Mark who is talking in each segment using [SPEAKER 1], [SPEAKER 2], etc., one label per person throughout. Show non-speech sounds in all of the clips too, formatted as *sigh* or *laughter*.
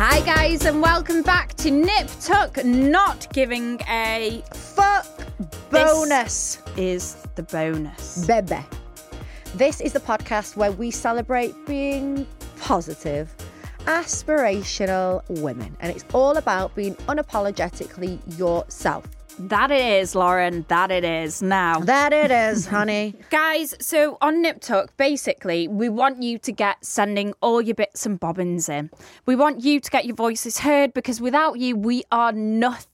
[SPEAKER 1] Hi, guys, and welcome back to Nip Tuck Not Giving a
[SPEAKER 2] Fuck bonus.
[SPEAKER 1] Is the bonus.
[SPEAKER 2] Bebe. This is the podcast where we celebrate being positive, aspirational women. And it's all about being unapologetically yourself.
[SPEAKER 1] That it is, Lauren. That it is now.
[SPEAKER 2] That it is,
[SPEAKER 1] *laughs*
[SPEAKER 2] honey.
[SPEAKER 1] Guys, so on Nip Tuck, basically, we want you to get sending all your bits and bobbins in. We want you to get your voices heard because without you, we are nothing.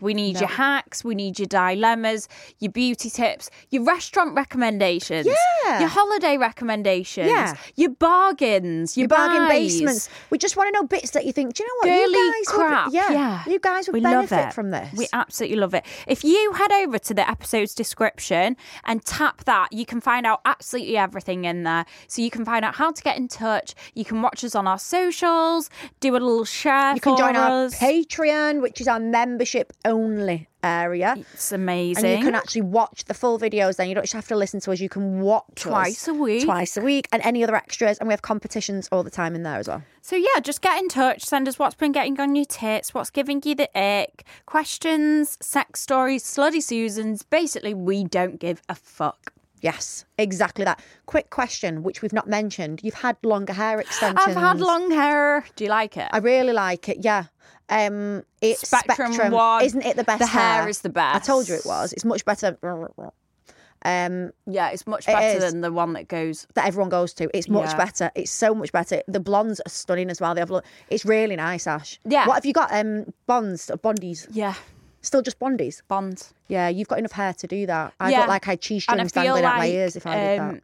[SPEAKER 1] We need your hacks, we need your dilemmas, your beauty tips, your restaurant recommendations,
[SPEAKER 2] Yeah.
[SPEAKER 1] your holiday recommendations,
[SPEAKER 2] Yeah.
[SPEAKER 1] your bargains, your,
[SPEAKER 2] Your bargain
[SPEAKER 1] buys.
[SPEAKER 2] basements. We just want to know bits that you think, do you know what?
[SPEAKER 1] girly
[SPEAKER 2] you guys
[SPEAKER 1] crap.
[SPEAKER 2] Would, yeah, You guys would
[SPEAKER 1] we love
[SPEAKER 2] benefit
[SPEAKER 1] it.
[SPEAKER 2] from this.
[SPEAKER 1] We absolutely love it. If you head over to the episode's description and tap that, you can find out absolutely everything in there. So you can find out how to get in touch. You can watch us on our socials, do a little share.
[SPEAKER 2] you can
[SPEAKER 1] for
[SPEAKER 2] join our
[SPEAKER 1] us.
[SPEAKER 2] Patreon, which is our membership only area.
[SPEAKER 1] It's amazing.
[SPEAKER 2] And you can actually watch the full videos then. You don't just have to listen to us. You can watch us
[SPEAKER 1] Twice a week.
[SPEAKER 2] Twice a week. And any other extras. And we have competitions all the time in there as well.
[SPEAKER 1] So yeah, just get in touch. Send us what's been getting on your tits, what's giving you the ick, questions, sex stories, slutty Susans. Basically, we don't give a fuck.
[SPEAKER 2] Yes, exactly that. Quick question, which we've not mentioned. You've had longer hair extensions.
[SPEAKER 1] *gasps* I've had long hair. Do you like it?
[SPEAKER 2] I really like it, yeah. Um, it's
[SPEAKER 1] Spectrum one.
[SPEAKER 2] Isn't it the best
[SPEAKER 1] The hair is the best.
[SPEAKER 2] I told you it was. It's much better than- um,
[SPEAKER 1] Yeah, it's much
[SPEAKER 2] It
[SPEAKER 1] better
[SPEAKER 2] is.
[SPEAKER 1] than the one that goes.
[SPEAKER 2] that everyone goes to. It's much
[SPEAKER 1] Yeah.
[SPEAKER 2] better. It's so much better. The blondes are stunning as well. They have lo- it's really nice, Ash.
[SPEAKER 1] Yeah.
[SPEAKER 2] What have you got? Um, bonds or bondies?
[SPEAKER 1] Yeah,
[SPEAKER 2] Still just bondies?
[SPEAKER 1] Bond.
[SPEAKER 2] Yeah, you've got enough hair to do that. I
[SPEAKER 1] yeah.
[SPEAKER 2] got like I cheese
[SPEAKER 1] And I
[SPEAKER 2] strings
[SPEAKER 1] feel
[SPEAKER 2] dangling out my
[SPEAKER 1] like,
[SPEAKER 2] ears if I did that.
[SPEAKER 1] um,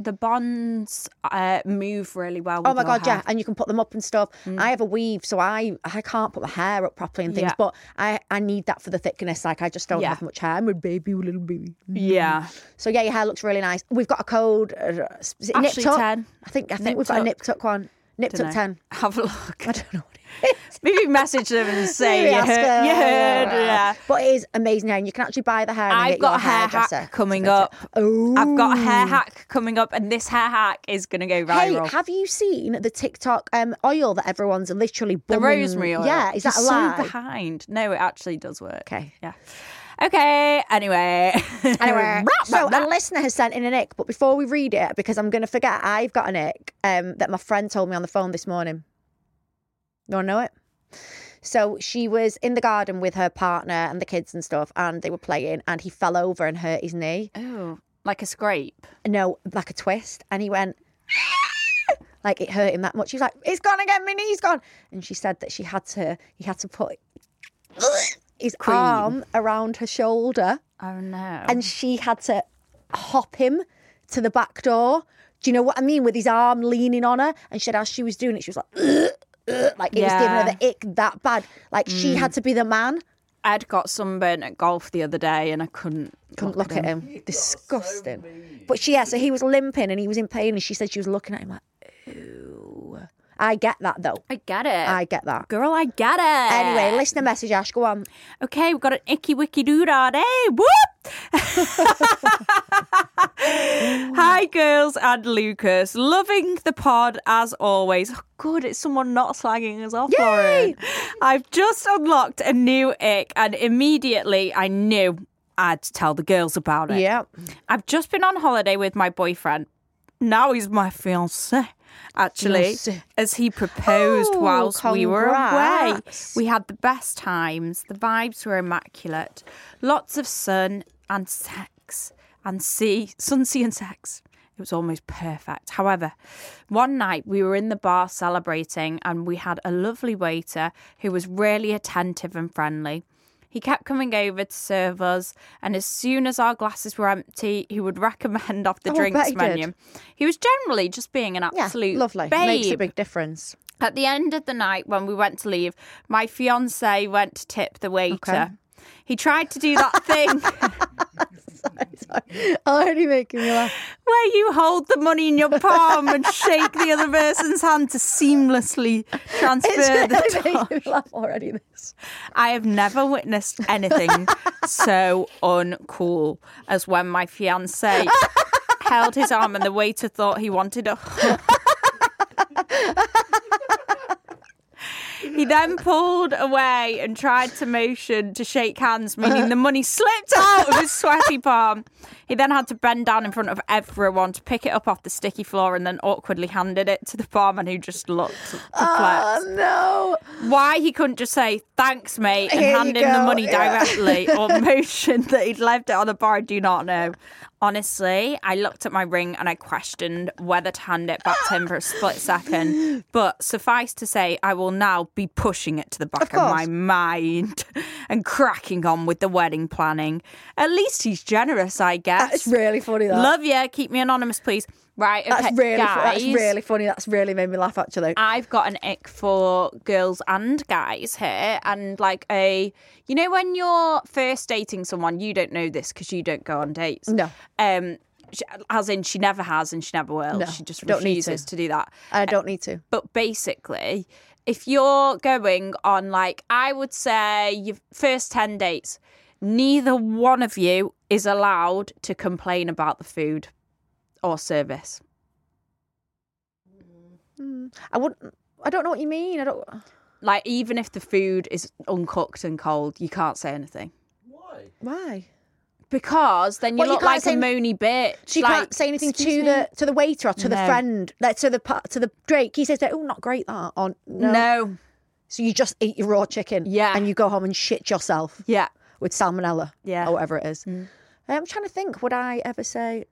[SPEAKER 1] The bonds uh, move really well.
[SPEAKER 2] Oh
[SPEAKER 1] with
[SPEAKER 2] my
[SPEAKER 1] your
[SPEAKER 2] god,
[SPEAKER 1] hair. Mm.
[SPEAKER 2] yeah, and you can put them up and stuff. I have a weave, so I I can't put my hair up properly and things.
[SPEAKER 1] Yeah.
[SPEAKER 2] But I I need that for the thickness. Like I just don't
[SPEAKER 1] Yeah.
[SPEAKER 2] have much hair. I'm a baby, a little baby.
[SPEAKER 1] yeah.
[SPEAKER 2] So yeah, your hair looks really nice. We've got a code. Uh, is it nip
[SPEAKER 1] Ashley
[SPEAKER 2] tuck?
[SPEAKER 1] 10.
[SPEAKER 2] I think I think
[SPEAKER 1] Nip
[SPEAKER 2] we've got a
[SPEAKER 1] tuck.
[SPEAKER 2] nip tuck one. Nip tuck
[SPEAKER 1] Dunno.
[SPEAKER 2] ten.
[SPEAKER 1] Have a look.
[SPEAKER 2] I don't know. What it is.
[SPEAKER 1] *laughs* Maybe message them and
[SPEAKER 2] *laughs*
[SPEAKER 1] say
[SPEAKER 2] Maybe
[SPEAKER 1] you
[SPEAKER 2] ask
[SPEAKER 1] heard. You
[SPEAKER 2] her.
[SPEAKER 1] heard. Yeah.
[SPEAKER 2] But it is amazing hair, and you can actually buy the hair. And
[SPEAKER 1] I've
[SPEAKER 2] get
[SPEAKER 1] got
[SPEAKER 2] your
[SPEAKER 1] a hair
[SPEAKER 2] hairdresser
[SPEAKER 1] hack coming
[SPEAKER 2] to fit
[SPEAKER 1] up.
[SPEAKER 2] it. Oh,
[SPEAKER 1] I've got a hair hack coming up, and this hair hack is going to go
[SPEAKER 2] Hey,
[SPEAKER 1] viral.
[SPEAKER 2] have you seen the TikTok um, oil that everyone's literally
[SPEAKER 1] the
[SPEAKER 2] bumming?
[SPEAKER 1] rosemary oil.
[SPEAKER 2] Yeah, is that
[SPEAKER 1] You're
[SPEAKER 2] a lie?
[SPEAKER 1] So behind. No, it actually does work.
[SPEAKER 2] Okay.
[SPEAKER 1] Yeah. Okay. Anyway. *laughs*
[SPEAKER 2] Anyway, so a listener has sent in an ick, but before we read it, because I'm going to forget, I've got an ick um, that my friend told me on the phone this morning. You want to know it? So she was in the garden with her partner and the kids and stuff, and they were playing, and he fell over and hurt his knee.
[SPEAKER 1] Ooh, Oh, like a scrape.
[SPEAKER 2] No, like a twist, and he went. *laughs* Like it hurt him that much. He was like, "It's gone again, my knee's gone." And she said that she had to, he had to put his arm around her shoulder
[SPEAKER 1] Oh no.
[SPEAKER 2] and she had to hop him to the back door. Do you know what I mean? With his arm leaning on her, and she said as she was doing it, she was like, "Ugh, ugh," like *laughs* it was
[SPEAKER 1] Yeah.
[SPEAKER 2] giving her the ick that bad. Like she had to be the man.
[SPEAKER 1] I'd got sunburn at golf the other day and I couldn't.
[SPEAKER 2] Couldn't look at him. Disgusting. but she, yeah, so he was limping and he was in pain, and she said she was looking at him like, ooh. I get that though.
[SPEAKER 1] I get it.
[SPEAKER 2] I get that.
[SPEAKER 1] Girl, I get it.
[SPEAKER 2] Anyway, listener message, Ash, go on.
[SPEAKER 1] Okay, we've got an icky wicky doodah day. Whoop! *laughs* Hi, girls and Lucas. Loving the pod as always. Oh, good, it's someone not slagging us off, Lauren. I've just unlocked a new ick and immediately I knew I'd tell the girls about it.
[SPEAKER 2] Yeah.
[SPEAKER 1] I've just been on holiday with my boyfriend. Now he's my fiance. actually,
[SPEAKER 2] Yes.
[SPEAKER 1] as he proposed
[SPEAKER 2] Oh,
[SPEAKER 1] whilst we were away.
[SPEAKER 2] congrats.
[SPEAKER 1] We had the best times. The vibes were immaculate. Lots of sun and sex and sea, sun, sea, and sex. It was almost perfect. However, one night we were in the bar celebrating and we had a lovely waiter who was really attentive and friendly. He kept coming over to serve us, and as soon as our glasses were empty, he would *laughs* recommend off the
[SPEAKER 2] Oh, I bet
[SPEAKER 1] drinks
[SPEAKER 2] he did.
[SPEAKER 1] menu. He was generally just being an
[SPEAKER 2] Yeah,
[SPEAKER 1] absolute
[SPEAKER 2] lovely.
[SPEAKER 1] babe.
[SPEAKER 2] Makes a big
[SPEAKER 1] *laughs*
[SPEAKER 2] difference.
[SPEAKER 1] At the end of the night, when we went to leave, my fiance went to tip the waiter.
[SPEAKER 2] Okay.
[SPEAKER 1] He tried to do that thing *laughs*
[SPEAKER 2] Already making me laugh.
[SPEAKER 1] where you hold the money in your palm and shake the other person's hand to
[SPEAKER 2] *laughs*
[SPEAKER 1] seamlessly transfer the
[SPEAKER 2] It's really making me laugh already. This.
[SPEAKER 1] I have never witnessed anything so uncool as when my fiance held his arm and the waiter thought he wanted a *laughs* hug. He then pulled away and tried to motion to shake hands, meaning the money slipped out of his sweaty palm. He then had to bend down in front of everyone to pick it up off the sticky floor and then awkwardly handed it to the barman who just looked perplexed
[SPEAKER 2] Oh no!
[SPEAKER 1] why he couldn't just say thanks, mate, and
[SPEAKER 2] Here you
[SPEAKER 1] hand him the
[SPEAKER 2] go,
[SPEAKER 1] money
[SPEAKER 2] yeah. *laughs*
[SPEAKER 1] directly or motion that he'd left it on the bar. I do not know. Honestly, I looked at my ring and I questioned whether to hand it back to him for a split second. But suffice to say, I will now be pushing it to the back of,
[SPEAKER 2] course.
[SPEAKER 1] my mind *laughs* and cracking on with the wedding planning. At least he's generous, I guess.
[SPEAKER 2] That's really funny. That.
[SPEAKER 1] Love you. Keep me anonymous, please. Right, okay,
[SPEAKER 2] That's really. fu-
[SPEAKER 1] guys. Ah.
[SPEAKER 2] That's really funny. That's really made me laugh. Actually.
[SPEAKER 1] I've got an ick for girls and guys here, and like a, you know, when you're first dating someone, you don't know this because you don't go on dates.
[SPEAKER 2] No.
[SPEAKER 1] Um, sh- as in, she never has and she never will.
[SPEAKER 2] No,
[SPEAKER 1] she just
[SPEAKER 2] don't need
[SPEAKER 1] refuses
[SPEAKER 2] to.
[SPEAKER 1] to. do that.
[SPEAKER 2] I don't need to.
[SPEAKER 1] But basically, if you're going on, like, I would say your first 10 dates, neither one of you is allowed to complain about the food or service.
[SPEAKER 2] I wouldn't. I don't know what you mean. I don't.
[SPEAKER 1] Like, even if the food is uncooked and cold, you can't say anything.
[SPEAKER 2] Why?
[SPEAKER 1] Because then you
[SPEAKER 2] What, you
[SPEAKER 1] look
[SPEAKER 2] can't
[SPEAKER 1] like
[SPEAKER 2] say
[SPEAKER 1] a
[SPEAKER 2] any-
[SPEAKER 1] moany bitch.
[SPEAKER 2] So you
[SPEAKER 1] like,
[SPEAKER 2] can't say anything to
[SPEAKER 1] "Excuse me?"
[SPEAKER 2] the to the waiter or to the
[SPEAKER 1] No.
[SPEAKER 2] friend, like to the pa- to the Drake. He says, "Oh, not great that." Or no.
[SPEAKER 1] No.
[SPEAKER 2] So you just eat your raw chicken,
[SPEAKER 1] Yeah.
[SPEAKER 2] and you go home and shit yourself
[SPEAKER 1] Yeah.
[SPEAKER 2] with salmonella,
[SPEAKER 1] Yeah. Mm.
[SPEAKER 2] or whatever it is. I'm trying to think. Would I ever say?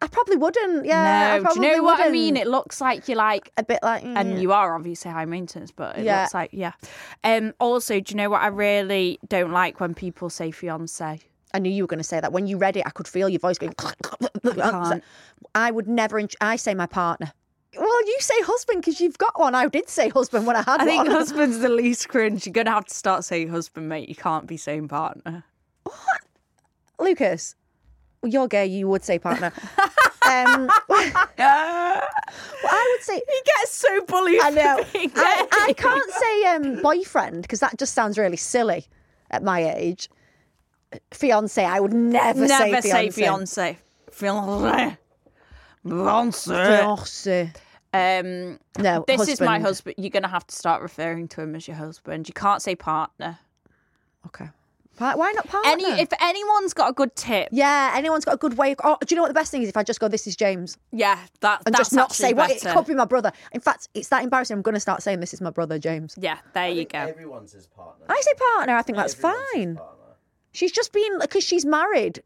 [SPEAKER 2] I probably wouldn't. Yeah. I
[SPEAKER 1] no. Do you
[SPEAKER 2] probably
[SPEAKER 1] know what I
[SPEAKER 2] wouldn't.
[SPEAKER 1] mean? It looks like you're like,
[SPEAKER 2] a bit like mm,
[SPEAKER 1] and you are obviously high maintenance, but it
[SPEAKER 2] Yeah.
[SPEAKER 1] looks like, yeah. Um. Also, do you know what I really don't like when people say fiance?
[SPEAKER 2] I knew you were going to say that. When you read it, I could feel your voice going. I,
[SPEAKER 1] can't.
[SPEAKER 2] would never. int- I say my partner. Well, you say husband because you've got one. I did say husband when I had
[SPEAKER 1] I
[SPEAKER 2] *laughs*
[SPEAKER 1] think
[SPEAKER 2] one.
[SPEAKER 1] husband's the least cringe. You're going to have to start saying husband, mate. You can't be saying partner.
[SPEAKER 2] Lucas, you're gay. You would say
[SPEAKER 1] *laughs*
[SPEAKER 2] partner. um, well, I would say.
[SPEAKER 1] He gets so bullied.
[SPEAKER 2] I
[SPEAKER 1] *laughs*
[SPEAKER 2] know.
[SPEAKER 1] for being
[SPEAKER 2] *laughs* I,
[SPEAKER 1] gay.
[SPEAKER 2] I can't say um, boyfriend because that just sounds really silly at my age. Fiance, I would never, say
[SPEAKER 1] Never say
[SPEAKER 2] fiance.
[SPEAKER 1] fiance. Fiance. Fiance.
[SPEAKER 2] Fiance.
[SPEAKER 1] Um,
[SPEAKER 2] No,
[SPEAKER 1] this is my
[SPEAKER 2] husband.
[SPEAKER 1] husband. You're going to have to start referring to him as your husband. You can't say partner.
[SPEAKER 2] Okay. Pa- Why not partner?
[SPEAKER 1] Any, if anyone's got a good tip,
[SPEAKER 2] Yeah, anyone's got a good way. Of, oh, do you know what the best thing is? If I just go, this is James,
[SPEAKER 1] yeah, that,
[SPEAKER 2] and
[SPEAKER 1] that's
[SPEAKER 2] just not say
[SPEAKER 1] actually
[SPEAKER 2] what it
[SPEAKER 1] better.
[SPEAKER 2] could be my brother. In fact, it's that embarrassing. I'm going to start saying this is my brother, James.
[SPEAKER 1] Yeah, there you go.
[SPEAKER 3] Everyone's his partner.
[SPEAKER 2] I say partner. I think that's
[SPEAKER 3] Everyone's his
[SPEAKER 2] fine.
[SPEAKER 3] partner.
[SPEAKER 2] She's just been because she's married.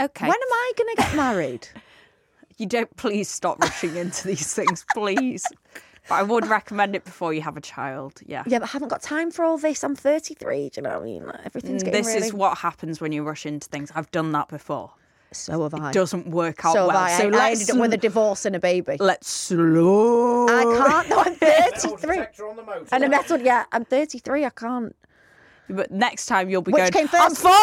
[SPEAKER 1] Okay,
[SPEAKER 2] When am I going to get married? *laughs*
[SPEAKER 1] you don't please stop rushing into
[SPEAKER 2] *laughs*
[SPEAKER 1] these things, please. But I would recommend it before you have a child. Yeah,
[SPEAKER 2] yeah, but I haven't got time for all this. I'm 33. Do you know what I mean? Like, everything's getting
[SPEAKER 1] Mm, this
[SPEAKER 2] really.
[SPEAKER 1] is what happens when you rush into things. I've done that before.
[SPEAKER 2] so have I.
[SPEAKER 1] Doesn't work out
[SPEAKER 2] so
[SPEAKER 1] well.
[SPEAKER 2] have I.
[SPEAKER 1] So
[SPEAKER 2] I,
[SPEAKER 1] let's
[SPEAKER 2] I ended up with a divorce and a baby.
[SPEAKER 1] let's slow.
[SPEAKER 2] I can't. No,
[SPEAKER 1] *laughs*
[SPEAKER 2] I'm
[SPEAKER 3] Metal
[SPEAKER 2] 33.
[SPEAKER 3] detector on the motor.
[SPEAKER 2] Oh, And a metal. Yeah, I'm 33. I can't.
[SPEAKER 1] But next time you'll be
[SPEAKER 2] Which came
[SPEAKER 1] going.
[SPEAKER 2] first?
[SPEAKER 1] I'm 41.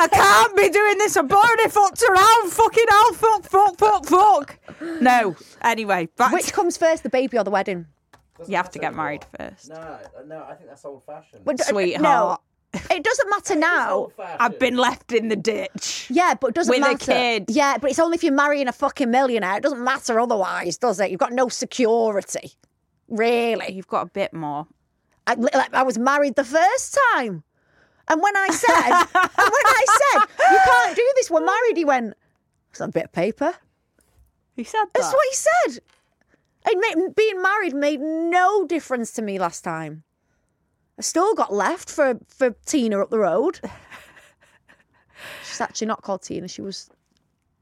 [SPEAKER 1] I can't be doing this. I'm already fucked around. Fucking hell. Fuck. Fuck. Fuck. Fuck. No. Anyway, back.
[SPEAKER 2] Which
[SPEAKER 1] to-
[SPEAKER 2] comes first, the baby or the wedding?
[SPEAKER 3] Doesn't
[SPEAKER 1] you have to
[SPEAKER 3] matter
[SPEAKER 1] get married
[SPEAKER 3] anymore.
[SPEAKER 1] first.
[SPEAKER 3] No, no, I think that's old fashioned.
[SPEAKER 2] But d-
[SPEAKER 1] Sweetheart.
[SPEAKER 2] uh, No, it doesn't matter now.
[SPEAKER 1] I've been left in the ditch.
[SPEAKER 2] Yeah, but it doesn't
[SPEAKER 1] With a
[SPEAKER 2] matter.
[SPEAKER 1] kid.
[SPEAKER 2] Yeah, but it's only if you're marrying a fucking millionaire. It doesn't matter otherwise, does it? You've got no security, really.
[SPEAKER 1] You've got a bit more.
[SPEAKER 2] I, like, I was married the first time, and when I said,
[SPEAKER 1] *laughs*
[SPEAKER 2] and when I said, you can't do this, we're married, he went, "It's a bit of paper."
[SPEAKER 1] He said that.
[SPEAKER 2] That's what he said. It made, being married made no difference to me last time. I still got left for for Tina up the road.
[SPEAKER 1] *laughs*
[SPEAKER 2] She's actually not called Tina. She was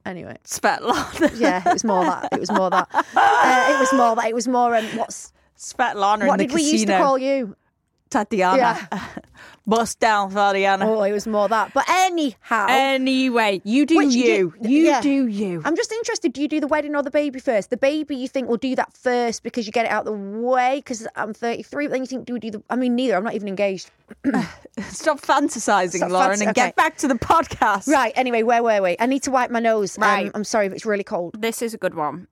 [SPEAKER 2] anyway.
[SPEAKER 1] Svetlana. *laughs*
[SPEAKER 2] Yeah, it was more that. It was more that. Uh, it was more that. It was more. Um, what's
[SPEAKER 1] Svetlana
[SPEAKER 2] what
[SPEAKER 1] in the
[SPEAKER 2] did we
[SPEAKER 1] casino.
[SPEAKER 2] used to call you?
[SPEAKER 1] Tatiana. *laughs* Bust down, Tatiana.
[SPEAKER 2] Oh, it was more that. But anyhow,
[SPEAKER 1] Anyway, you do
[SPEAKER 2] Which
[SPEAKER 1] you.
[SPEAKER 2] did-
[SPEAKER 1] you
[SPEAKER 2] yeah.
[SPEAKER 1] do you.
[SPEAKER 2] I'm just interested. Do you do the wedding or the baby first? The baby, you think, will do that first because you get it out the way because I'm 33. But then you think, do we do the? I mean, neither. I'm not even engaged.
[SPEAKER 1] Stop fantasizing,
[SPEAKER 2] Stop
[SPEAKER 1] Lauren,
[SPEAKER 2] fantas-
[SPEAKER 1] and
[SPEAKER 2] okay.
[SPEAKER 1] get back to the podcast.
[SPEAKER 2] Right. Anyway, where were we? I need to wipe my nose.
[SPEAKER 1] Right.
[SPEAKER 2] Um, I'm sorry, but it's really cold.
[SPEAKER 1] This is a good one.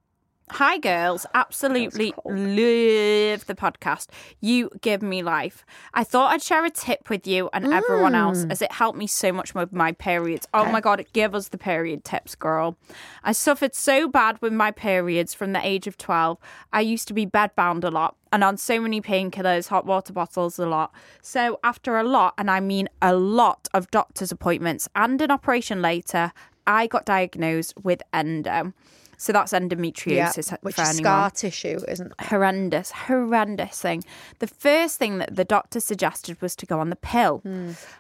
[SPEAKER 1] Hi, girls. Absolutely
[SPEAKER 2] cold.
[SPEAKER 1] love the podcast. You give me life. I thought I'd share a tip with you and everyone else as it helped me so much with my periods. Oh my God, give us the period tips, girl. I suffered so bad with my periods from the age of 12. I used to be bedbound a lot and on so many painkillers, hot water bottles, a lot. So, after a lot, and I mean a lot of doctor's appointments and an operation later, I got diagnosed with endo. So that's endometriosis
[SPEAKER 2] which
[SPEAKER 1] for
[SPEAKER 2] is
[SPEAKER 1] anyone
[SPEAKER 2] scar tissue, isn't it?
[SPEAKER 1] horrendous, horrendous thing. The first thing that the doctor suggested was to go on the pill.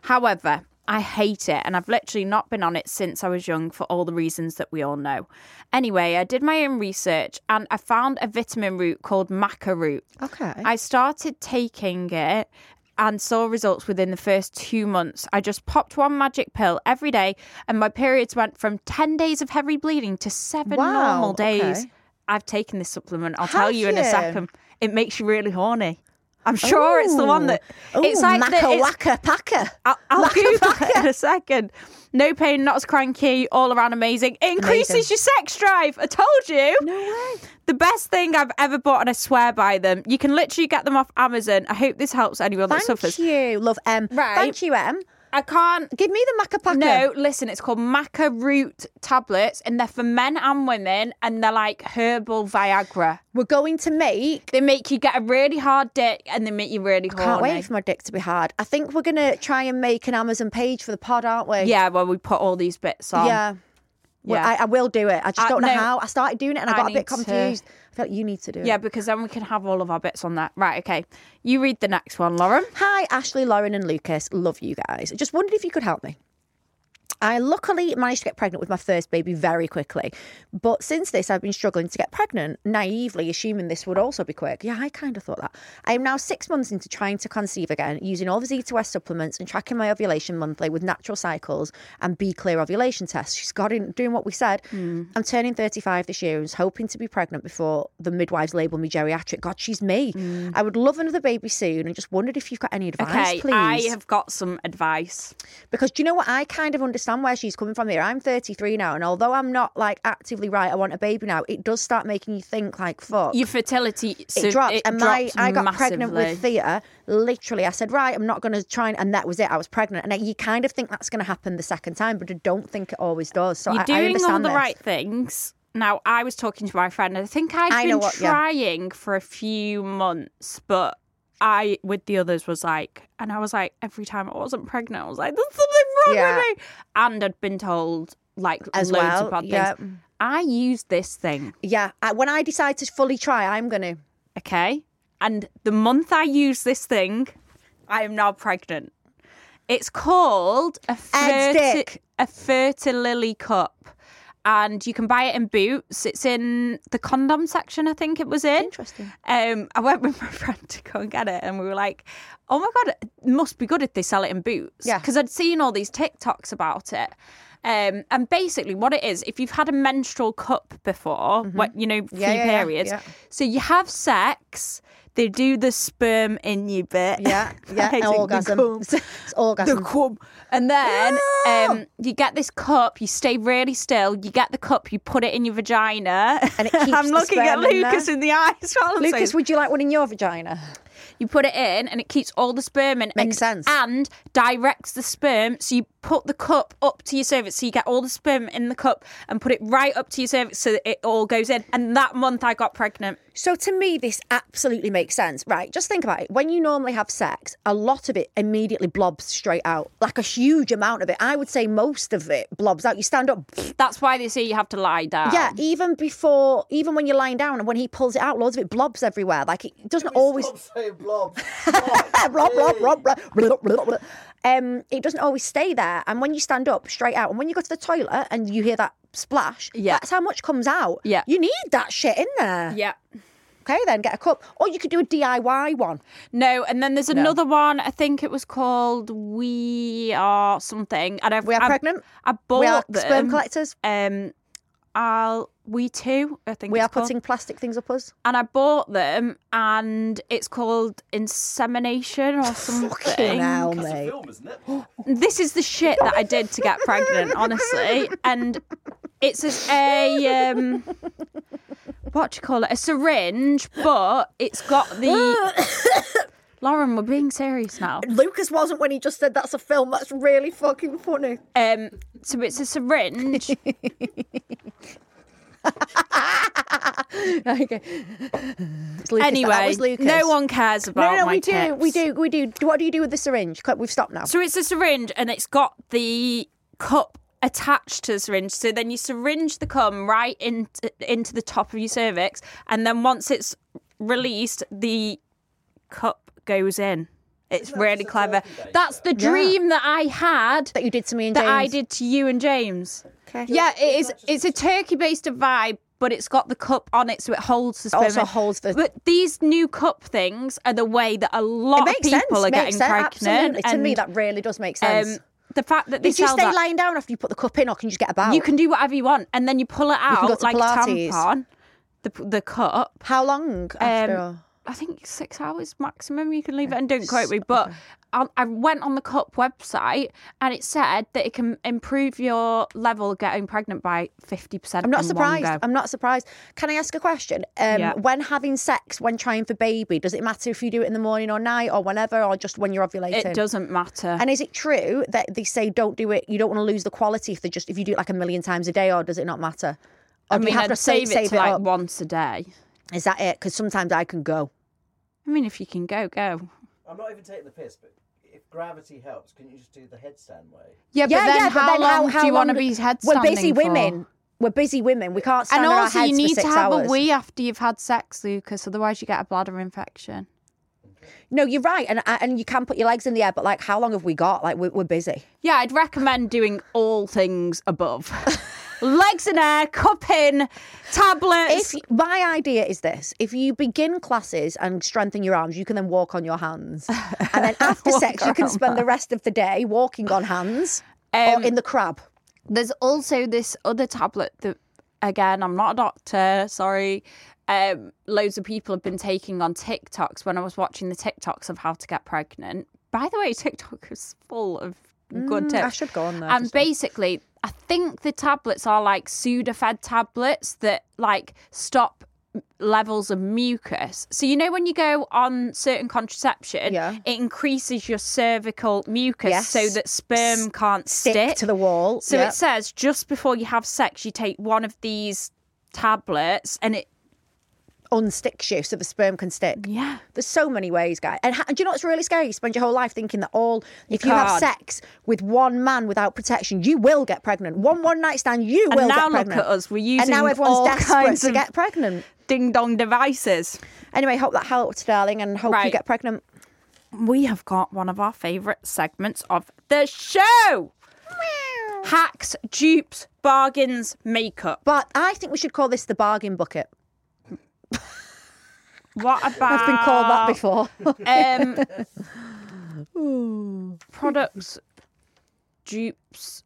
[SPEAKER 1] However, I hate it and I've literally not been on it since I was young for all the reasons that we all know. Anyway, I did my own research and I found a vitamin root called maca root.
[SPEAKER 2] Okay.
[SPEAKER 1] I started taking it and saw results within the first two months. I just popped one magic pill every day, and my periods went from 10 days of heavy bleeding to seven
[SPEAKER 2] Wow,
[SPEAKER 1] normal days.
[SPEAKER 2] okay.
[SPEAKER 1] I've taken this supplement. I'll
[SPEAKER 2] Have
[SPEAKER 1] tell you, in a
[SPEAKER 2] you?
[SPEAKER 1] second. It makes you really horny. I'm sure it's the one that.
[SPEAKER 2] Ooh,
[SPEAKER 1] it's like
[SPEAKER 2] Macca
[SPEAKER 1] the, it's-
[SPEAKER 2] Wacka Packer.
[SPEAKER 1] I'll, I'll Google it in a second. No pain, not as cranky, all around amazing. It increases
[SPEAKER 2] Amazing.
[SPEAKER 1] your sex drive. I told you. No way. The best thing I've ever bought, and I swear by them. You can literally get them off Amazon. I hope this helps anyone that
[SPEAKER 2] Thank
[SPEAKER 1] suffers.
[SPEAKER 2] you, love M.
[SPEAKER 1] Right.
[SPEAKER 2] Thank you, M.
[SPEAKER 1] I can't.
[SPEAKER 2] Give me the Macca Packer.
[SPEAKER 1] No, listen, it's called maca root tablets, and they're for men and women, and they're like herbal Viagra.
[SPEAKER 2] We're going to make.
[SPEAKER 1] They make you get a really hard dick, and they make you really horny.
[SPEAKER 2] Can't wait for my dick to be hard. I think we're gonna try and make an Amazon page for the pod, aren't we?
[SPEAKER 1] yeah, well, we put all these bits on.
[SPEAKER 2] Yeah. Well,
[SPEAKER 1] Yeah.
[SPEAKER 2] I, I will do it. I just
[SPEAKER 1] Uh,
[SPEAKER 2] don't know
[SPEAKER 1] no.
[SPEAKER 2] how. I started doing it and I
[SPEAKER 1] I
[SPEAKER 2] got a
[SPEAKER 1] need
[SPEAKER 2] bit
[SPEAKER 1] to-
[SPEAKER 2] confused. I feel like you need to do it.
[SPEAKER 1] Yeah, because then we can have all of our bits on that. Right, okay. You read the next one, Lauren.
[SPEAKER 2] Hi, Ashley, Lauren, and Lucas. Love you guys. Just wondered if you could help me. I luckily managed to get pregnant with my first baby very quickly. But since this, I've been struggling to get pregnant, naively assuming this would also be quick. Yeah, I kind of thought that. I am now six months into trying to conceive again, using all the Z2S supplements and tracking my ovulation monthly with natural cycles and B clear ovulation tests. She's got in doing what we said.
[SPEAKER 1] Hmm.
[SPEAKER 2] I'm turning 35 this year and was hoping to be pregnant before the midwives label me geriatric. God, she's me.
[SPEAKER 1] Hmm.
[SPEAKER 2] I would love another baby soon and just wondered if you've got any advice,
[SPEAKER 1] Okay,
[SPEAKER 2] please.
[SPEAKER 1] I have got some advice.
[SPEAKER 2] Because do you know what? I kind of understand where she's coming from here. I'm 33 now, and although I'm not like actively right, I want a baby now. It does start making you think like, fuck.
[SPEAKER 1] Your fertility
[SPEAKER 2] it
[SPEAKER 1] so
[SPEAKER 2] drops,
[SPEAKER 1] It
[SPEAKER 2] and
[SPEAKER 1] drops
[SPEAKER 2] my I got pregnant with
[SPEAKER 1] massively.
[SPEAKER 2] Thea. Literally, I said, "Right, I'm not going to try," and, and that was it. I was pregnant, and you kind of think that's going to happen the second time, but I don't think it always does. So I,
[SPEAKER 1] You're
[SPEAKER 2] I
[SPEAKER 1] doing
[SPEAKER 2] understand
[SPEAKER 1] all the
[SPEAKER 2] this.
[SPEAKER 1] right things. Now, I was talking to my friend, and I think I've
[SPEAKER 2] I know
[SPEAKER 1] been
[SPEAKER 2] what- yeah.
[SPEAKER 1] trying for a few months, but I, with the others, was like, and I was like, every time I wasn't pregnant, I was like, there's something wrong
[SPEAKER 2] Yeah.
[SPEAKER 1] with me. And I'd been told, like,
[SPEAKER 2] As
[SPEAKER 1] loads
[SPEAKER 2] well,
[SPEAKER 1] of bad
[SPEAKER 2] yeah.
[SPEAKER 1] things. I used this thing.
[SPEAKER 2] Yeah, I, when I decide to fully try, I'm going to.
[SPEAKER 1] okay? And the month I use this thing, I am now pregnant. It's called a,
[SPEAKER 2] Ed's
[SPEAKER 1] ferti-
[SPEAKER 2] dick.
[SPEAKER 1] a fertilily cup. And you can buy it in Boots. It's in the condom section, I think it was in.
[SPEAKER 2] Interesting.
[SPEAKER 1] Um, I went with my *laughs* friend to go and get it, and we were like, "Oh my god, it must be good if they sell it in Boots."
[SPEAKER 2] Yeah.
[SPEAKER 1] Because I'd seen all these TikToks about it. Um, and basically, what it is, if you've had a menstrual cup before,
[SPEAKER 2] Mm-hmm.
[SPEAKER 1] what you know, free
[SPEAKER 2] Yeah, yeah, yeah,
[SPEAKER 1] periods,
[SPEAKER 2] yeah.
[SPEAKER 1] so you have sex, they do the sperm in you bit, *laughs*
[SPEAKER 2] Yeah, yeah,
[SPEAKER 1] Like
[SPEAKER 2] an
[SPEAKER 1] the
[SPEAKER 2] *laughs* orgasm. Ah!
[SPEAKER 1] cum.
[SPEAKER 2] It's, orgasm.
[SPEAKER 1] The cum. And then um, you get this cup, you stay really still, you get the cup, you put it in your vagina.
[SPEAKER 2] And it keeps
[SPEAKER 1] *laughs* I'm
[SPEAKER 2] the
[SPEAKER 1] looking at
[SPEAKER 2] sperm in
[SPEAKER 1] Lucas
[SPEAKER 2] there.
[SPEAKER 1] in, the eyes while I'm saying
[SPEAKER 2] Lucas, would you like one in your vagina?
[SPEAKER 1] You put it in, and it keeps all the sperm in.
[SPEAKER 2] Makes
[SPEAKER 1] and,
[SPEAKER 2] sense.
[SPEAKER 1] And directs the sperm, so you put the cup up to your cervix, so you get all the sperm in the cup, and put it right up to your cervix, so that it all goes in. And that month, I got pregnant.
[SPEAKER 2] So to me, this absolutely makes sense, right? Just think about it. When you normally have sex, a lot of it immediately blobs straight out, like a huge amount of it. I would say most of it blobs out. You stand up,
[SPEAKER 1] That's why they say you have to lie down.
[SPEAKER 2] yeah. Even before, even when you're lying down, and when he pulls it out, loads of it blobs everywhere. Like it doesn't always. *laughs*
[SPEAKER 3] Stop saying blob.
[SPEAKER 2] Blah, blah, blah, blah, blah, blah, blah. Um, it doesn't always stay there. And when you stand up straight out, and when you go to the toilet and you hear that splash,
[SPEAKER 1] Yeah.
[SPEAKER 2] that's how much comes out.
[SPEAKER 1] Yeah.
[SPEAKER 2] You need that shit in there.
[SPEAKER 1] Yeah.
[SPEAKER 2] Okay, then get a cup. Or you could do a DIY one.
[SPEAKER 1] No, and then there's another one. I think it was called We Are Something. And I've,
[SPEAKER 2] We are
[SPEAKER 1] I,
[SPEAKER 2] pregnant.
[SPEAKER 1] I bought
[SPEAKER 2] we are
[SPEAKER 1] them.
[SPEAKER 2] sperm collectors.
[SPEAKER 1] Um, I'll We Too. I think
[SPEAKER 2] We
[SPEAKER 1] it's
[SPEAKER 2] are
[SPEAKER 1] called.
[SPEAKER 2] putting plastic things up us.
[SPEAKER 1] And I bought them, and it's called
[SPEAKER 2] *laughs*
[SPEAKER 1] insemination or something.
[SPEAKER 2] hell, mate.
[SPEAKER 3] Film, isn't it?
[SPEAKER 1] This is the shit that I did to get pregnant, honestly. And it's a, a um, what do you call it? A syringe, but it's got the.
[SPEAKER 2] *coughs*
[SPEAKER 1] Lauren, we're being serious now.
[SPEAKER 2] Lucas wasn't when he just said that's a film. That's really fucking
[SPEAKER 1] *laughs*
[SPEAKER 2] funny.
[SPEAKER 1] Um, so it's
[SPEAKER 2] *laughs*
[SPEAKER 1] a syringe,
[SPEAKER 2] okay. It's Lucas.
[SPEAKER 1] anyway,
[SPEAKER 2] that was Lucas.
[SPEAKER 1] no one cares
[SPEAKER 2] No,
[SPEAKER 1] about
[SPEAKER 2] no, no
[SPEAKER 1] my
[SPEAKER 2] we do,
[SPEAKER 1] tips.
[SPEAKER 2] we do, we do. What do you do with the syringe? Co- We've stopped now.
[SPEAKER 1] So it's a syringe, and it's got the cup attached to the syringe. So then you syringe the cum right into into the top of your cervix, and then once it's released, the cup goes in. It's really clever. That's the dream that I had.
[SPEAKER 2] that you did to me and
[SPEAKER 1] that
[SPEAKER 2] James.
[SPEAKER 1] I did to you and James.
[SPEAKER 2] Okay.
[SPEAKER 1] Yeah, it is. It's a turkey-based vibe, but it's got the cup on it, so it holds the sperm.
[SPEAKER 2] Also
[SPEAKER 1] in.
[SPEAKER 2] holds the-
[SPEAKER 1] But these new cup things are the way that a lot
[SPEAKER 2] It makes
[SPEAKER 1] of people
[SPEAKER 2] sense.
[SPEAKER 1] are
[SPEAKER 2] makes
[SPEAKER 1] getting
[SPEAKER 2] sense.
[SPEAKER 1] pregnant.
[SPEAKER 2] Absolutely. To me,
[SPEAKER 1] and,
[SPEAKER 2] that really does make sense.
[SPEAKER 1] um, the fact that they
[SPEAKER 2] did you
[SPEAKER 1] sell
[SPEAKER 2] stay
[SPEAKER 1] that,
[SPEAKER 2] lying down after you put the cup in, or can you just get about?
[SPEAKER 1] you can do whatever you want, and then you pull it
[SPEAKER 2] can
[SPEAKER 1] out
[SPEAKER 2] go to
[SPEAKER 1] like
[SPEAKER 2] Pilates.
[SPEAKER 1] a tampon. The the cup.
[SPEAKER 2] How long? After?
[SPEAKER 1] Um, I think six hours maximum. You can leave it, and don't quote me. But I, I went on the cup website, and it said that it can improve your level of getting pregnant by fifty percent.
[SPEAKER 2] I'm not surprised. I'm not surprised. Can I ask a question? Um,
[SPEAKER 1] Yeah.
[SPEAKER 2] When having sex, when trying for baby, does it matter if you do it in the morning or night or whenever, or just when you're ovulating?
[SPEAKER 1] It doesn't matter.
[SPEAKER 2] And is it true that they say don't do it? You don't want to lose the quality if they just if you do it like a million times a day, or does it not matter? Or
[SPEAKER 1] I
[SPEAKER 2] do
[SPEAKER 1] mean,
[SPEAKER 2] you have
[SPEAKER 1] I'd
[SPEAKER 2] to sa-
[SPEAKER 1] save, it to like
[SPEAKER 2] up?
[SPEAKER 1] once a day.
[SPEAKER 2] Is that it? Because sometimes I can go.
[SPEAKER 1] I mean, if you can go, go.
[SPEAKER 3] I'm not even taking the piss, but if gravity helps, can you just do the headstand way?
[SPEAKER 1] Yeah, but then how long do you want to
[SPEAKER 2] long-
[SPEAKER 1] be head
[SPEAKER 2] We're busy
[SPEAKER 1] standing for?
[SPEAKER 2] women. We're busy women. We can't stand
[SPEAKER 1] And
[SPEAKER 2] on our
[SPEAKER 1] also,
[SPEAKER 2] heads
[SPEAKER 1] you
[SPEAKER 2] for
[SPEAKER 1] need to
[SPEAKER 2] six
[SPEAKER 1] have
[SPEAKER 2] hours.
[SPEAKER 1] a wee after you've had sex, Lucas. Otherwise, you get a bladder infection.
[SPEAKER 2] No, you're right, and and you can put your legs in the air, but like, how long have we got? Like, we're, we're busy.
[SPEAKER 1] Yeah, I'd recommend doing all things above. *laughs* Legs in air, cup in, tablets.
[SPEAKER 2] if my idea is this if you begin classes and strengthen your arms you can then walk on your
[SPEAKER 1] *laughs*
[SPEAKER 2] hands and then after
[SPEAKER 1] Walk
[SPEAKER 2] sex you can
[SPEAKER 1] on
[SPEAKER 2] spend the rest of the day walking on hands or
[SPEAKER 1] Um,
[SPEAKER 2] in the crab
[SPEAKER 1] There's also this other tablet that, again, I'm not a doctor, sorry. Um, loads of people have been taking on TikToks when I was watching the TikToks of how to get pregnant. By the way, *laughs* TikTok is full of good tips.
[SPEAKER 2] Mm, I should go on there for
[SPEAKER 1] And
[SPEAKER 2] stuff.
[SPEAKER 1] basically, I think the tablets are like Sudafed tablets that like stop m- levels of mucus. So you know when you go on certain contraception,
[SPEAKER 2] Yeah.
[SPEAKER 1] it increases your cervical mucus
[SPEAKER 2] Yes.
[SPEAKER 1] so that sperm can't
[SPEAKER 2] stick, to the wall
[SPEAKER 1] so uh,
[SPEAKER 2] Yep.
[SPEAKER 1] it says just before you have sex, you take one of these tablets, and it
[SPEAKER 2] unsticks you so the sperm can stick
[SPEAKER 1] yeah.
[SPEAKER 2] There's so many ways, guys. And, ha- and do you know what's really scary? You spend your whole life thinking that all, if you have
[SPEAKER 1] can't.
[SPEAKER 2] sex with one man without protection, you will get pregnant. One one night stand, you
[SPEAKER 1] And
[SPEAKER 2] will
[SPEAKER 1] now
[SPEAKER 2] get
[SPEAKER 1] look
[SPEAKER 2] pregnant.
[SPEAKER 1] at us, we're using
[SPEAKER 2] and now everyone's
[SPEAKER 1] all
[SPEAKER 2] desperate
[SPEAKER 1] kinds
[SPEAKER 2] to
[SPEAKER 1] of-
[SPEAKER 2] get pregnant.
[SPEAKER 1] Ding dong devices.
[SPEAKER 2] Anyway, hope that helped, darling, and hope you
[SPEAKER 1] Right.
[SPEAKER 2] get pregnant.
[SPEAKER 1] We have got one of our favourite segments of the show: hacks, dupes, bargains, makeup.
[SPEAKER 2] But I think we should call this the bargain bucket.
[SPEAKER 1] What
[SPEAKER 2] *laughs*
[SPEAKER 1] about?
[SPEAKER 2] I've been called that before. *laughs*
[SPEAKER 1] um,
[SPEAKER 2] *laughs*
[SPEAKER 1] products, dupes,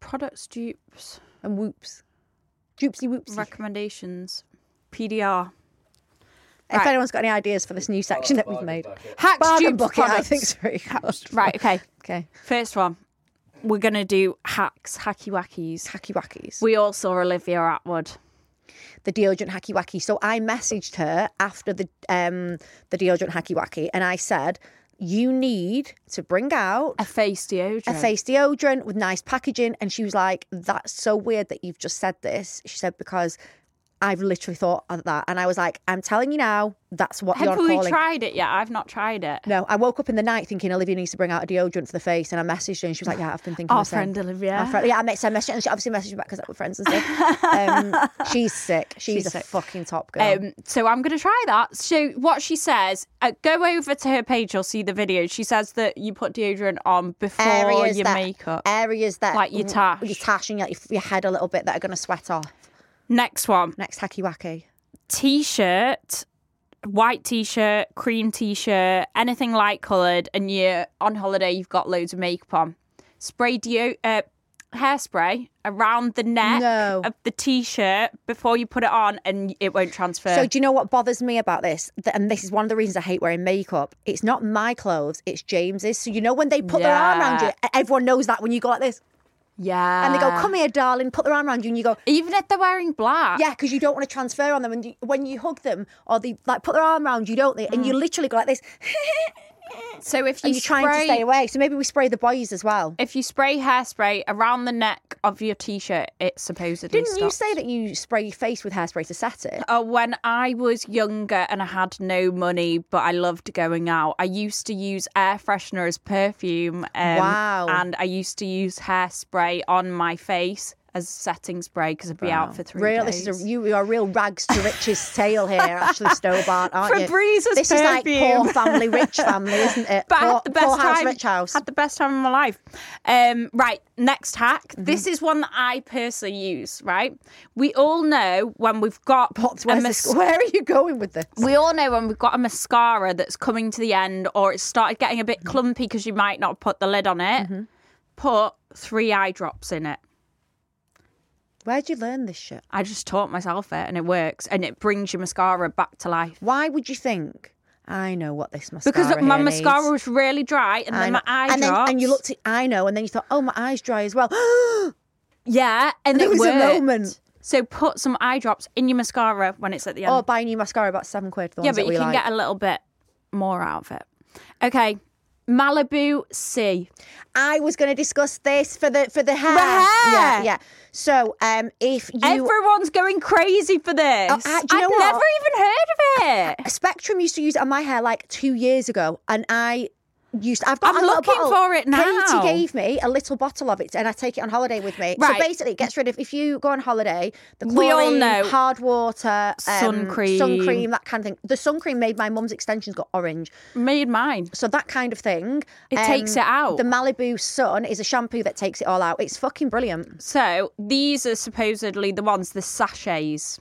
[SPEAKER 1] products, dupes,
[SPEAKER 2] and whoops. Joopsy whoopsy.
[SPEAKER 1] recommendations, PDR.
[SPEAKER 2] if
[SPEAKER 1] right.
[SPEAKER 2] anyone's got any ideas for this new section that we've made.
[SPEAKER 1] Hacks,
[SPEAKER 2] Bargain
[SPEAKER 1] dupes,
[SPEAKER 2] bucket, I
[SPEAKER 1] products.
[SPEAKER 2] think is *laughs* very good.
[SPEAKER 1] Right, okay.
[SPEAKER 2] Okay.
[SPEAKER 1] First one. We're going to do hacks, hacky wackies.
[SPEAKER 2] Hacky wackies.
[SPEAKER 1] We all saw Olivia Atwood.
[SPEAKER 2] the deodorant hacky wacky. So I messaged her after the um, the deodorant hacky wacky, and I said, "You need to bring out."
[SPEAKER 1] A face deodorant.
[SPEAKER 2] a face deodorant with nice packaging. And she was like, That's so weird that you've just said this. She said, Because I've literally thought of that. And I was like, I'm telling you now, that's what
[SPEAKER 1] Have
[SPEAKER 2] you're
[SPEAKER 1] we
[SPEAKER 2] calling.
[SPEAKER 1] tried it yet? I've not tried it.
[SPEAKER 2] *laughs* no, I woke up in the night thinking Olivia needs to bring out a deodorant for the face, and I messaged her, and she was like, "Yeah, I've been thinking."
[SPEAKER 1] Our
[SPEAKER 2] the same."
[SPEAKER 1] friend Olivia.
[SPEAKER 2] Our friend- yeah, I messaged, I messaged, her, and she obviously messaged me back because we're friends and stuff.
[SPEAKER 1] *laughs*
[SPEAKER 2] um, she's sick. She's, a fucking top girl.
[SPEAKER 1] Um, so I'm going to try that. So what she says, uh, go over to her page. You'll see the video. She says that you put deodorant on before
[SPEAKER 2] areas
[SPEAKER 1] your
[SPEAKER 2] that
[SPEAKER 1] makeup.
[SPEAKER 2] areas that
[SPEAKER 1] Like your
[SPEAKER 2] w-
[SPEAKER 1] tash.
[SPEAKER 2] your tash, and your, your head a little bit that are going to sweat off.
[SPEAKER 1] Next one,
[SPEAKER 2] Next hacky wacky.
[SPEAKER 1] t-shirt, white t-shirt, cream t-shirt, anything light coloured, and you're on holiday. You've got loads of makeup on. Spray deo. Uh, Hairspray around the neck
[SPEAKER 2] No.
[SPEAKER 1] of the t-shirt before you put it on, and it won't transfer.
[SPEAKER 2] So do you know what bothers me about this? Th- And this is one of the reasons I hate wearing makeup. It's not my clothes, it's James's. So you know when they put their arm around you,
[SPEAKER 1] Yeah.
[SPEAKER 2] e- everyone knows that when you go like this,
[SPEAKER 1] yeah,
[SPEAKER 2] and they go, "Come here, darling," put their arm around you, and you go.
[SPEAKER 1] Even if they're wearing black,
[SPEAKER 2] Yeah, because you don't want to transfer on them, and you, when you hug them or they like put their arm around you, don't they? And you literally go like this, *laughs*
[SPEAKER 1] So if you
[SPEAKER 2] and you're
[SPEAKER 1] spray,
[SPEAKER 2] trying to stay away. So maybe we spray the boys as well.
[SPEAKER 1] if you spray hairspray around the neck of your t-shirt, it supposedly
[SPEAKER 2] Didn't you
[SPEAKER 1] stops.
[SPEAKER 2] say that you spray your face with hairspray to set it?
[SPEAKER 1] Uh, when I was younger and I had no money, but I loved going out, I used to use air freshener as perfume. Um,
[SPEAKER 2] Wow.
[SPEAKER 1] And I used to use hairspray on my face as setting spray because I'd be out for three
[SPEAKER 2] Real,
[SPEAKER 1] days.
[SPEAKER 2] this is a, you are real rags to riches tale
[SPEAKER 1] *laughs*
[SPEAKER 2] here, actually, Stobart, aren't you?
[SPEAKER 1] Febreze as
[SPEAKER 2] This is like poor
[SPEAKER 1] perfume.
[SPEAKER 2] family, rich family, isn't
[SPEAKER 1] *laughs*
[SPEAKER 2] it?
[SPEAKER 1] but
[SPEAKER 2] poor,
[SPEAKER 1] I had the best
[SPEAKER 2] poor house,
[SPEAKER 1] time.
[SPEAKER 2] rich house.
[SPEAKER 1] Had the best time of my life. Um, right, next hack.
[SPEAKER 2] Mm-hmm.
[SPEAKER 1] This is one that I personally use. Right, we all know when we've got
[SPEAKER 2] Pops,
[SPEAKER 1] a
[SPEAKER 2] where's
[SPEAKER 1] mas-
[SPEAKER 2] this- *laughs* where are you going with this?
[SPEAKER 1] we all know when we've got a mascara that's coming to the end, or it's started getting a bit
[SPEAKER 2] Mm-hmm.
[SPEAKER 1] clumpy because you might not put the lid on it. Put three eye drops in it.
[SPEAKER 2] Where'd you learn this shit?
[SPEAKER 1] I just taught myself it, and it works, and it brings your mascara back to life.
[SPEAKER 2] Why would you think? I know what this mascara
[SPEAKER 1] Because my
[SPEAKER 2] here
[SPEAKER 1] mascara
[SPEAKER 2] needs.
[SPEAKER 1] was really dry, and
[SPEAKER 2] I
[SPEAKER 1] then
[SPEAKER 2] know.
[SPEAKER 1] my eye
[SPEAKER 2] and then,
[SPEAKER 1] drops,
[SPEAKER 2] and you looked at I know, and then you thought, oh, my eye's dry as well. *gasps*
[SPEAKER 1] Yeah, and
[SPEAKER 2] There
[SPEAKER 1] it
[SPEAKER 2] was a
[SPEAKER 1] worked.
[SPEAKER 2] moment.
[SPEAKER 1] So put some eye drops in your mascara when it's at the end.
[SPEAKER 2] or Oh, buy new mascara about seven quid. The
[SPEAKER 1] yeah,
[SPEAKER 2] ones
[SPEAKER 1] but
[SPEAKER 2] that
[SPEAKER 1] you
[SPEAKER 2] we
[SPEAKER 1] can
[SPEAKER 2] like.
[SPEAKER 1] get a little bit more out of it. Okay, Malibu C.
[SPEAKER 2] I was going to discuss this for the for the hair.
[SPEAKER 1] hair.
[SPEAKER 2] Yeah, yeah. So, um, if you
[SPEAKER 1] Everyone's going crazy for this.
[SPEAKER 2] Oh, uh, do you know
[SPEAKER 1] I've
[SPEAKER 2] what?
[SPEAKER 1] never even heard
[SPEAKER 2] *laughs*
[SPEAKER 1] of it.
[SPEAKER 2] Spectrum used to use it on my hair like two years ago, and I used. I've got.
[SPEAKER 1] I'm
[SPEAKER 2] a little
[SPEAKER 1] looking
[SPEAKER 2] bottle.
[SPEAKER 1] for it
[SPEAKER 2] Katie
[SPEAKER 1] now.
[SPEAKER 2] gave me a little bottle of it, and I take it on holiday with me.
[SPEAKER 1] Right.
[SPEAKER 2] So basically, it gets rid of if you go on holiday, the
[SPEAKER 1] We
[SPEAKER 2] chlorine,
[SPEAKER 1] all know.
[SPEAKER 2] hard water, um,
[SPEAKER 1] Sun
[SPEAKER 2] sun
[SPEAKER 1] cream.
[SPEAKER 2] cream, that kind of thing. The sun cream made my mum's extensions go orange,
[SPEAKER 1] Made mine.
[SPEAKER 2] so that kind of thing. Um,
[SPEAKER 1] It takes it out.
[SPEAKER 2] The Malibu Sun is a shampoo that takes it all out. It's fucking brilliant.
[SPEAKER 1] So these are supposedly the ones, the sachets.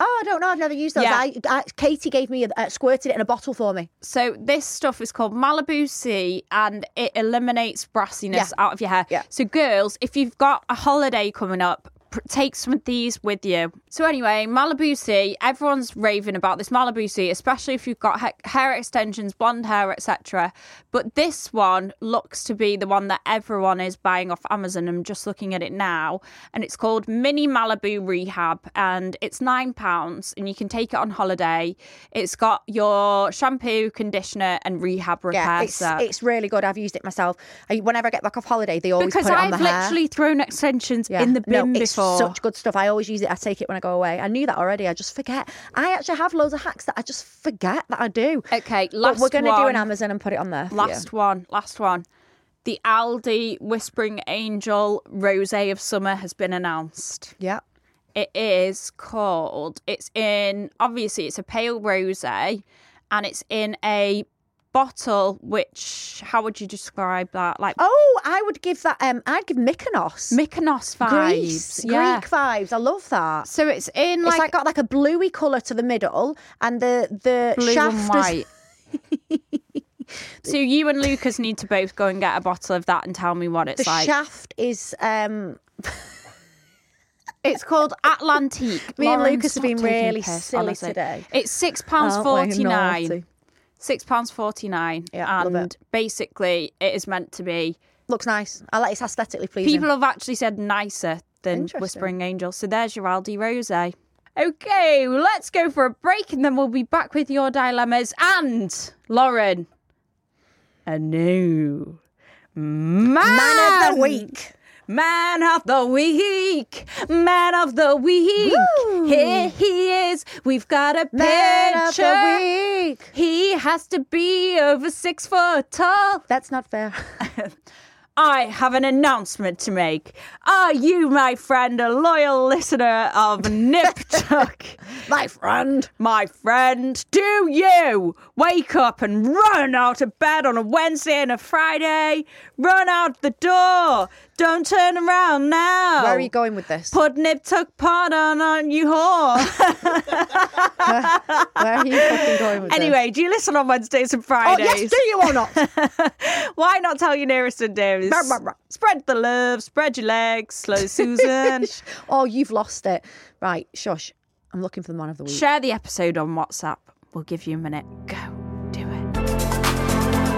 [SPEAKER 2] Oh, I don't know. I've never used those.
[SPEAKER 1] Yeah.
[SPEAKER 2] I, I, Katie gave me, a, uh, squirted it in a bottle for me.
[SPEAKER 1] So this stuff is called Malibu C, and it eliminates brassiness
[SPEAKER 2] Yeah.
[SPEAKER 1] out of your hair.
[SPEAKER 2] Yeah.
[SPEAKER 1] So girls, if you've got a holiday coming up, pr- take some of these with you. So anyway, Malibu C, everyone's raving about this Malibu C, especially if you've got ha- hair extensions, blonde hair, etc. But this one looks to be the one that everyone is buying off Amazon. I'm just looking at it now, and it's called Mini Malibu Rehab, and it's nine pounds, and you can take it on holiday. It's got your shampoo, conditioner, and rehab repair.
[SPEAKER 2] Yeah, it's,
[SPEAKER 1] set.
[SPEAKER 2] it's really good. I've used it myself. I, whenever I get back off holiday, they always
[SPEAKER 1] because
[SPEAKER 2] put it
[SPEAKER 1] I've
[SPEAKER 2] on the hair.
[SPEAKER 1] literally thrown extensions
[SPEAKER 2] Yeah.
[SPEAKER 1] in the bin
[SPEAKER 2] no, it's
[SPEAKER 1] before.
[SPEAKER 2] such good stuff. I always use it. I take it when I go away. I knew that already. I just forget. I actually have loads of hacks that I just forget that I do.
[SPEAKER 1] Okay,
[SPEAKER 2] but we're
[SPEAKER 1] Uh, last
[SPEAKER 2] going to do
[SPEAKER 1] one.
[SPEAKER 2] an Amazon and put it on there. for you.
[SPEAKER 1] Last one, last one. The Aldi Whispering Angel Rosé of Summer has been announced.
[SPEAKER 2] Yeah.
[SPEAKER 1] It is called, it's in, obviously, it's a pale rosé and it's in a bottle which, how would you describe that? Like
[SPEAKER 2] Oh, I would give that. Um, I'd give Mykonos.
[SPEAKER 1] Mykonos vibes.
[SPEAKER 2] Greece,
[SPEAKER 1] yeah.
[SPEAKER 2] Greek vibes. I love that.
[SPEAKER 1] So it's in
[SPEAKER 2] It's
[SPEAKER 1] like,
[SPEAKER 2] like got like a bluey colour to the middle, and the the
[SPEAKER 1] blue
[SPEAKER 2] shaft
[SPEAKER 1] and
[SPEAKER 2] is-
[SPEAKER 1] white. *laughs* so you and Lucas need to both go and get a bottle of that and tell me what it's
[SPEAKER 2] the
[SPEAKER 1] like.
[SPEAKER 2] shaft is um *laughs*
[SPEAKER 1] It's called Atlantique.
[SPEAKER 2] Me and
[SPEAKER 1] Lauren,
[SPEAKER 2] Lucas have
[SPEAKER 1] stop
[SPEAKER 2] been
[SPEAKER 1] taking the
[SPEAKER 2] really
[SPEAKER 1] piss,
[SPEAKER 2] silly
[SPEAKER 1] honestly.
[SPEAKER 2] today.
[SPEAKER 1] It's six pounds
[SPEAKER 2] aren't we
[SPEAKER 1] forty nine.
[SPEAKER 2] naughty?
[SPEAKER 1] Six pounds forty nine.
[SPEAKER 2] Yeah, love
[SPEAKER 1] and
[SPEAKER 2] it.
[SPEAKER 1] basically it is meant to be
[SPEAKER 2] Looks nice. I like it's aesthetically pleasing.
[SPEAKER 1] people have actually said nicer than
[SPEAKER 2] Interesting.
[SPEAKER 1] Whispering Angel. So there's your Aldi Rose. Okay, let's go for a break and then we'll be back with your dilemmas and Lauren. A new man,
[SPEAKER 2] Man of the week.
[SPEAKER 1] Man of the week. Man of the week. Here he is. We've got a
[SPEAKER 2] Man of
[SPEAKER 1] picture.
[SPEAKER 2] the week.
[SPEAKER 1] He has to be over six foot tall.
[SPEAKER 2] That's not fair. *laughs*
[SPEAKER 1] I have an announcement to make. Are you, my friend, a loyal listener of Nip
[SPEAKER 2] *laughs*
[SPEAKER 1] Tuck?
[SPEAKER 2] My friend.
[SPEAKER 1] my friend, do you wake up and run out of bed on a Wednesday and a Friday? Run out the door. Don't turn around now.
[SPEAKER 2] Where are you going with this?
[SPEAKER 1] Oh. Put Nip Tuck Pod on, on
[SPEAKER 2] *laughs*
[SPEAKER 1] you whore.
[SPEAKER 2] Where are you fucking going with this?
[SPEAKER 1] anyway, do you listen on Wednesdays and
[SPEAKER 2] Oh,
[SPEAKER 1] Fridays?
[SPEAKER 2] yes, do you or not?
[SPEAKER 1] Why not tell your nearest and dearest?
[SPEAKER 2] Brr, brr, brr.
[SPEAKER 1] Spread the love, spread your legs,
[SPEAKER 2] *laughs*
[SPEAKER 1] slow Susan.
[SPEAKER 2] oh, you've lost it. Right, shush. I'm looking for the man of the week.
[SPEAKER 1] Share the episode on WhatsApp. We'll give you a minute. Go do it.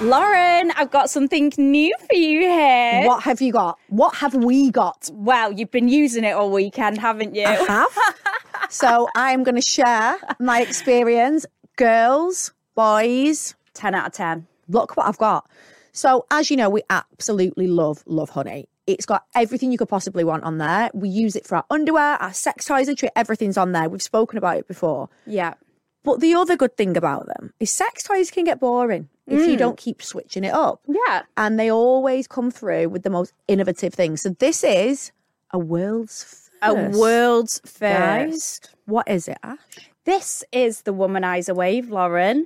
[SPEAKER 1] Lauren, I've got something new for you here.
[SPEAKER 2] What have you got? What have we got?
[SPEAKER 1] Well, you've been using it all weekend, haven't you?
[SPEAKER 2] have. so I'm going to share my experience. Girls, boys,
[SPEAKER 1] 10 out of 10.
[SPEAKER 2] look what I've got. So, as you know, we absolutely love Love Honey. It's got everything you could possibly want on there. We use it for our underwear, our sex toys, literally everything's on there. We've spoken about it before.
[SPEAKER 1] Yeah.
[SPEAKER 2] But the other good thing about them is sex toys can get boring if
[SPEAKER 1] Mm.
[SPEAKER 2] you don't keep switching it up.
[SPEAKER 1] Yeah.
[SPEAKER 2] And they always come through with the most innovative things. So, this is a world's first.
[SPEAKER 1] A world's first.
[SPEAKER 2] Guys, what is it, Ash?
[SPEAKER 1] This is the womanizer wave, Lauren.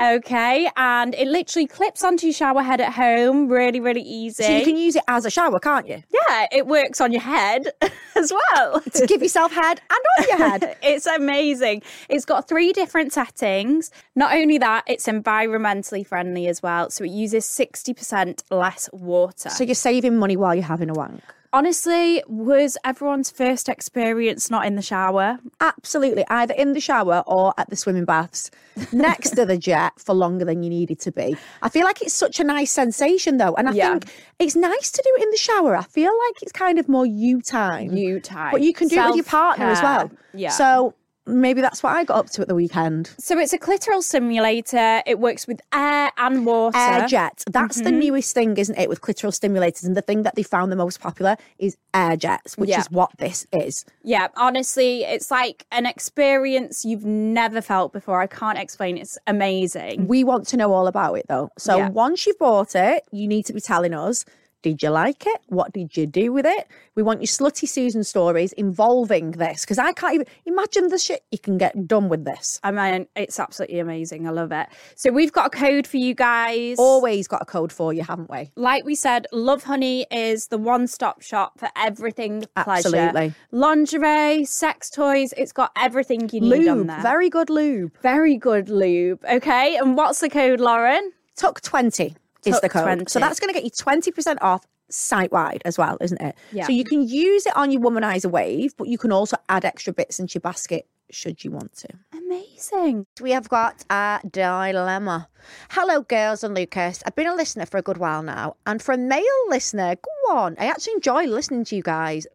[SPEAKER 1] Okay. And it literally clips onto your shower head at home. Really, really easy.
[SPEAKER 2] So you can use it as a shower, can't you?
[SPEAKER 1] yeah, it works on your head *laughs* as well.
[SPEAKER 2] To give yourself head and on your
[SPEAKER 1] *laughs*
[SPEAKER 2] head.
[SPEAKER 1] It's amazing. It's got three different settings. Not only that, it's environmentally friendly as well. So it uses 60% less water.
[SPEAKER 2] So you're saving money while you're having a wank.
[SPEAKER 1] Honestly, was everyone's first experience not in the shower?
[SPEAKER 2] Absolutely, either in the shower or at the swimming baths, next to the jet for longer than you needed to be. I feel like it's such a nice sensation though, and I
[SPEAKER 1] Yeah.
[SPEAKER 2] think it's nice to do it in the shower. I feel like it's kind of more you time.
[SPEAKER 1] You time.
[SPEAKER 2] But you can do it with your partner as well.
[SPEAKER 1] Self-care. Yeah.
[SPEAKER 2] So maybe that's what I got up to at the weekend.
[SPEAKER 1] So it's a clitoral simulator. It works with air and water.
[SPEAKER 2] Air jet. That's
[SPEAKER 1] Mm-hmm.
[SPEAKER 2] the newest thing, isn't it, with clitoral stimulators? And the thing that they found the most popular is air jets, which
[SPEAKER 1] Yeah.
[SPEAKER 2] is what this is.
[SPEAKER 1] Yeah, honestly, it's like an experience you've never felt before. I can't explain. It's amazing.
[SPEAKER 2] We want to know all about it though. So
[SPEAKER 1] Yeah.
[SPEAKER 2] once you've bought it, you need to be telling us. Did you like it? What did you do with it? We want your slutty Susan stories involving this because I can't even imagine the shit you can get done with this.
[SPEAKER 1] I mean, it's absolutely amazing. I love it. So we've got a code for you guys.
[SPEAKER 2] Always got a code for you, haven't we?
[SPEAKER 1] like we said, Love Honey is the one stop shop for everything pleasure.
[SPEAKER 2] Absolutely.
[SPEAKER 1] Lingerie, sex toys, it's got everything you need on
[SPEAKER 2] Lube,
[SPEAKER 1] there.
[SPEAKER 2] very good lube.
[SPEAKER 1] Very good lube. Okay, and what's the code, Lauren?
[SPEAKER 2] Tuck 20 is
[SPEAKER 1] Tuck
[SPEAKER 2] the code.
[SPEAKER 1] 20.
[SPEAKER 2] So that's going to get you 20% off site wide as well, isn't it?
[SPEAKER 1] Yeah.
[SPEAKER 2] So you can use it on your womanizer wave, but you can also add extra bits into your basket should you want to.
[SPEAKER 1] Amazing.
[SPEAKER 2] We have got a dilemma. Hello, girls and Lucas. I've been a listener for a good while now, and for a male listener, go on. I actually enjoy listening to you guys,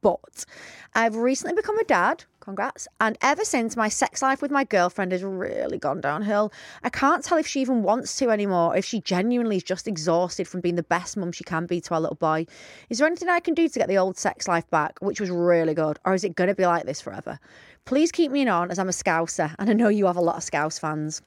[SPEAKER 2] but I've recently become a dad. Congrats. And ever since, my sex life with my girlfriend has really gone downhill. I can't tell if she even wants to anymore, if she genuinely is just exhausted from being the best mum she can be to our little boy. Is there anything I can do to get the old sex life back, which was really good, or is it going to be like this forever? Please keep me in on as I'm a Scouser, and I know you have a lot of Scouse fans.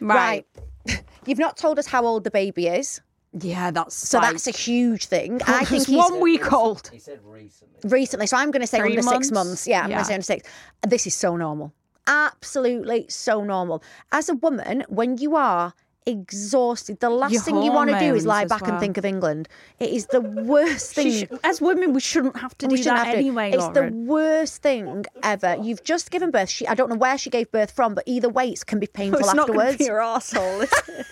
[SPEAKER 1] Right.
[SPEAKER 2] *laughs* You've not told us how old the baby is,
[SPEAKER 1] Yeah, that's
[SPEAKER 2] so that's a huge thing. I think
[SPEAKER 1] It's
[SPEAKER 2] he's
[SPEAKER 1] one week old.
[SPEAKER 3] He said recently.
[SPEAKER 2] recently. So I'm going to say
[SPEAKER 1] Three
[SPEAKER 2] under
[SPEAKER 1] months?
[SPEAKER 2] six months. Yeah, I'm going
[SPEAKER 1] Yeah.
[SPEAKER 2] to say under six. This is so normal. Absolutely so normal. As a woman, when you are exhausted, the last
[SPEAKER 1] Your
[SPEAKER 2] thing you want to do
[SPEAKER 1] hormones
[SPEAKER 2] is lie
[SPEAKER 1] as
[SPEAKER 2] back
[SPEAKER 1] well.
[SPEAKER 2] and think of England. It is the worst thing.
[SPEAKER 1] She sh- as women, we shouldn't have to
[SPEAKER 2] We
[SPEAKER 1] do
[SPEAKER 2] shouldn't
[SPEAKER 1] that
[SPEAKER 2] have to.
[SPEAKER 1] anyway,
[SPEAKER 2] It's the
[SPEAKER 1] Lauren.
[SPEAKER 2] worst thing ever. You've just given birth. She, I don't know where she gave birth from, but either way, it can be painful
[SPEAKER 1] *laughs* it's not
[SPEAKER 2] afterwards
[SPEAKER 1] going to be your *laughs* arsehole. is it?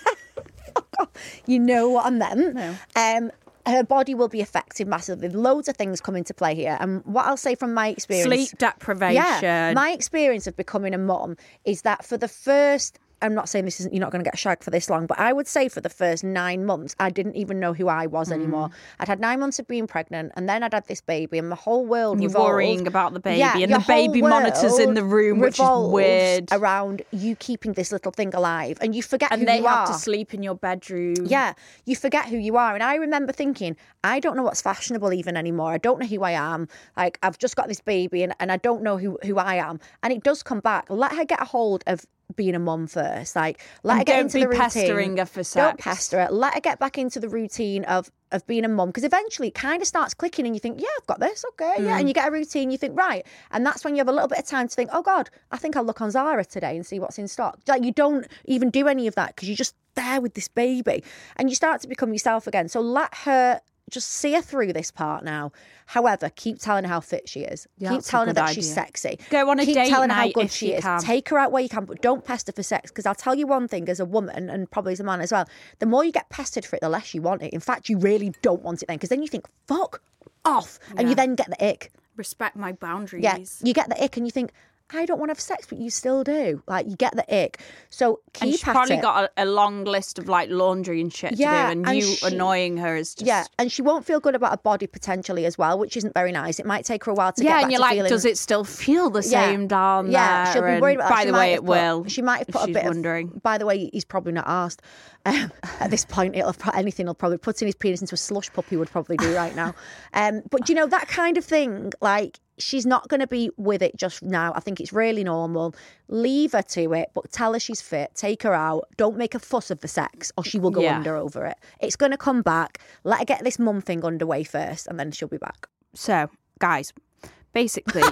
[SPEAKER 2] you know what I meant. Um, her body will be affected massively. Loads of things come into play here. And what I'll say from my experience
[SPEAKER 1] Sleep deprivation.
[SPEAKER 2] Yeah, my experience of becoming a mom is that for the first. I'm not saying this isn't, you're not going to get shagged for this long, but I would say for the first nine months, I didn't even know who I was
[SPEAKER 1] Mm.
[SPEAKER 2] anymore. I'd had nine months of being pregnant, and then I'd had this baby, and my whole world
[SPEAKER 1] You're
[SPEAKER 2] revolved-
[SPEAKER 1] worrying about the baby, and the
[SPEAKER 2] your whole
[SPEAKER 1] baby monitors in the
[SPEAKER 2] world
[SPEAKER 1] room, which is
[SPEAKER 2] revolves
[SPEAKER 1] weird.
[SPEAKER 2] Around you keeping this little thing alive, and you forget who
[SPEAKER 1] and they
[SPEAKER 2] you
[SPEAKER 1] have to
[SPEAKER 2] are.
[SPEAKER 1] sleep in your bedroom.
[SPEAKER 2] Yeah, you forget who you are. And I remember thinking, I don't know what's fashionable even anymore. I don't know who I am. Like, I've just got this baby and, and I don't know who, who I am. And it does come back. Let her get a hold of being a mum first. Like, let
[SPEAKER 1] And
[SPEAKER 2] her get
[SPEAKER 1] don't
[SPEAKER 2] into
[SPEAKER 1] be
[SPEAKER 2] the routine.
[SPEAKER 1] pestering her for
[SPEAKER 2] Don't
[SPEAKER 1] sex.
[SPEAKER 2] pester her. Let her get back into the routine of of being a mum because eventually it kind of starts clicking and you think, yeah, I've got this, okay, yeah,
[SPEAKER 1] Mm.
[SPEAKER 2] and you get a routine. You think, right, and that's when you have a little bit of time to think, oh God, I think I'll look on Zara today and see what's in stock. Like you don't even do any of that because you're just there with this baby, and you start to become yourself again. So let her. Just see her through this part now. However, keep telling her how fit she is.
[SPEAKER 1] Yeah,
[SPEAKER 2] keep
[SPEAKER 1] that's a
[SPEAKER 2] telling her
[SPEAKER 1] good
[SPEAKER 2] that she's
[SPEAKER 1] idea.
[SPEAKER 2] sexy.
[SPEAKER 1] Go on a
[SPEAKER 2] keep
[SPEAKER 1] date
[SPEAKER 2] telling her how
[SPEAKER 1] night
[SPEAKER 2] good
[SPEAKER 1] if
[SPEAKER 2] she
[SPEAKER 1] you
[SPEAKER 2] is.
[SPEAKER 1] can.
[SPEAKER 2] Take take her out where you can, but don't pester for sex. Because I'll tell you one thing as a woman, and probably as a man as well, the more you get pestered for it, the less you want it. In fact, you really don't want it then, because then you think, fuck off. And you then get the ick.
[SPEAKER 1] Respect my boundaries.
[SPEAKER 2] Yeah. You get the ick, and you think, I don't want to have sex, but you still do. Like, you get the ick. So keep
[SPEAKER 1] And she's
[SPEAKER 2] at
[SPEAKER 1] probably
[SPEAKER 2] it.
[SPEAKER 1] got a, a long list of like laundry and shit
[SPEAKER 2] Yeah,
[SPEAKER 1] to do, and,
[SPEAKER 2] and
[SPEAKER 1] you
[SPEAKER 2] she-
[SPEAKER 1] annoying her is just
[SPEAKER 2] Yeah, and she won't feel good about her body potentially as well, which isn't very nice. It might take her a while to get
[SPEAKER 1] yeah.
[SPEAKER 2] back
[SPEAKER 1] And you're
[SPEAKER 2] to
[SPEAKER 1] like,
[SPEAKER 2] feeling-
[SPEAKER 1] does it still feel the same down
[SPEAKER 2] yeah,
[SPEAKER 1] there?
[SPEAKER 2] she'll be
[SPEAKER 1] And
[SPEAKER 2] worried about that.
[SPEAKER 1] By
[SPEAKER 2] She
[SPEAKER 1] the
[SPEAKER 2] might
[SPEAKER 1] way,
[SPEAKER 2] have
[SPEAKER 1] it
[SPEAKER 2] put-
[SPEAKER 1] will.
[SPEAKER 2] She might have
[SPEAKER 1] if
[SPEAKER 2] put a
[SPEAKER 1] she's
[SPEAKER 2] bit. of-
[SPEAKER 1] wondering.
[SPEAKER 2] *laughs* by the way, he's probably not asked. *laughs* Um, at this point, it'll have pro- anything. He'll probably put in his penis into a slush puppy would probably do right
[SPEAKER 1] *laughs*
[SPEAKER 2] now. Um, but do you know that kind of thing, like. She's not going to be with it just now. I think it's really normal. Leave her to it, but tell her she's fit. Take her out. Don't make a fuss of the sex, or she will go
[SPEAKER 1] Yeah.
[SPEAKER 2] under over it. It's going to come back. Let her get this mum thing underway first, and then she'll be back.
[SPEAKER 1] So, guys,
[SPEAKER 2] *laughs*
[SPEAKER 1] basically,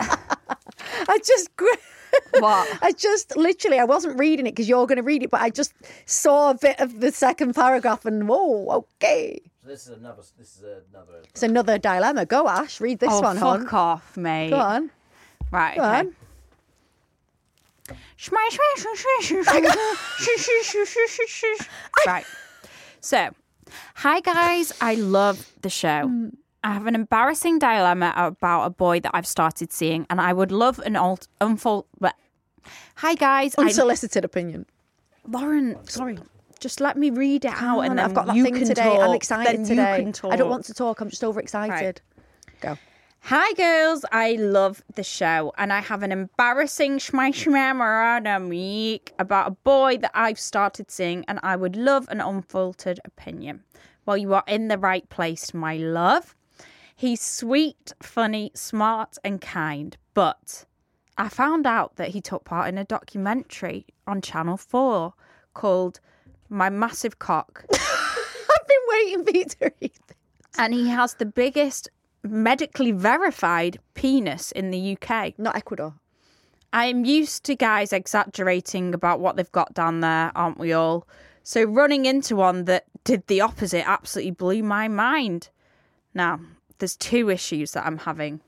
[SPEAKER 2] I just. gri-
[SPEAKER 1] what?
[SPEAKER 2] I just literally, I wasn't reading it because you're going to read it, but I just saw a bit of the second paragraph and whoa, okay.
[SPEAKER 3] So this is another. This is another.
[SPEAKER 2] It's another dilemma. Go, Ash, read this
[SPEAKER 1] Oh,
[SPEAKER 2] one, hon.
[SPEAKER 1] fuck off, mate.
[SPEAKER 2] Go on.
[SPEAKER 1] Right.
[SPEAKER 2] Go
[SPEAKER 1] okay.
[SPEAKER 2] on.
[SPEAKER 1] Right. So, hi guys, I love the show.
[SPEAKER 2] Mm.
[SPEAKER 1] I have an embarrassing dilemma about a boy that I've started seeing, and I would love an alt unfold. But hi guys, I,
[SPEAKER 2] Unsolicited opinion.
[SPEAKER 1] Lauren, sorry, just let me read it out,
[SPEAKER 2] Man,
[SPEAKER 1] and then
[SPEAKER 2] I've got that
[SPEAKER 1] you
[SPEAKER 2] thing
[SPEAKER 1] can
[SPEAKER 2] today.
[SPEAKER 1] Talk.
[SPEAKER 2] I'm excited
[SPEAKER 1] then
[SPEAKER 2] today.
[SPEAKER 1] You can talk.
[SPEAKER 2] I don't want to talk. I'm just overexcited. Go.
[SPEAKER 1] Hi girls, I love the show and I have an embarrassing week about a boy that I've started seeing and I would love an unfiltered opinion. Well, you are in the right place, my love. He's sweet, funny, smart and kind, but I found out that he took part in a documentary on Channel 4 called My Massive Cock
[SPEAKER 2] I've been waiting *laughs* for you to read this.
[SPEAKER 1] and he has the biggest medically verified penis in the UK.
[SPEAKER 2] Not Ecuador.
[SPEAKER 1] I am used to guys exaggerating about what they've got down there, aren't we all? So running into one that did the opposite absolutely blew my mind. Now, there's two issues that I'm having.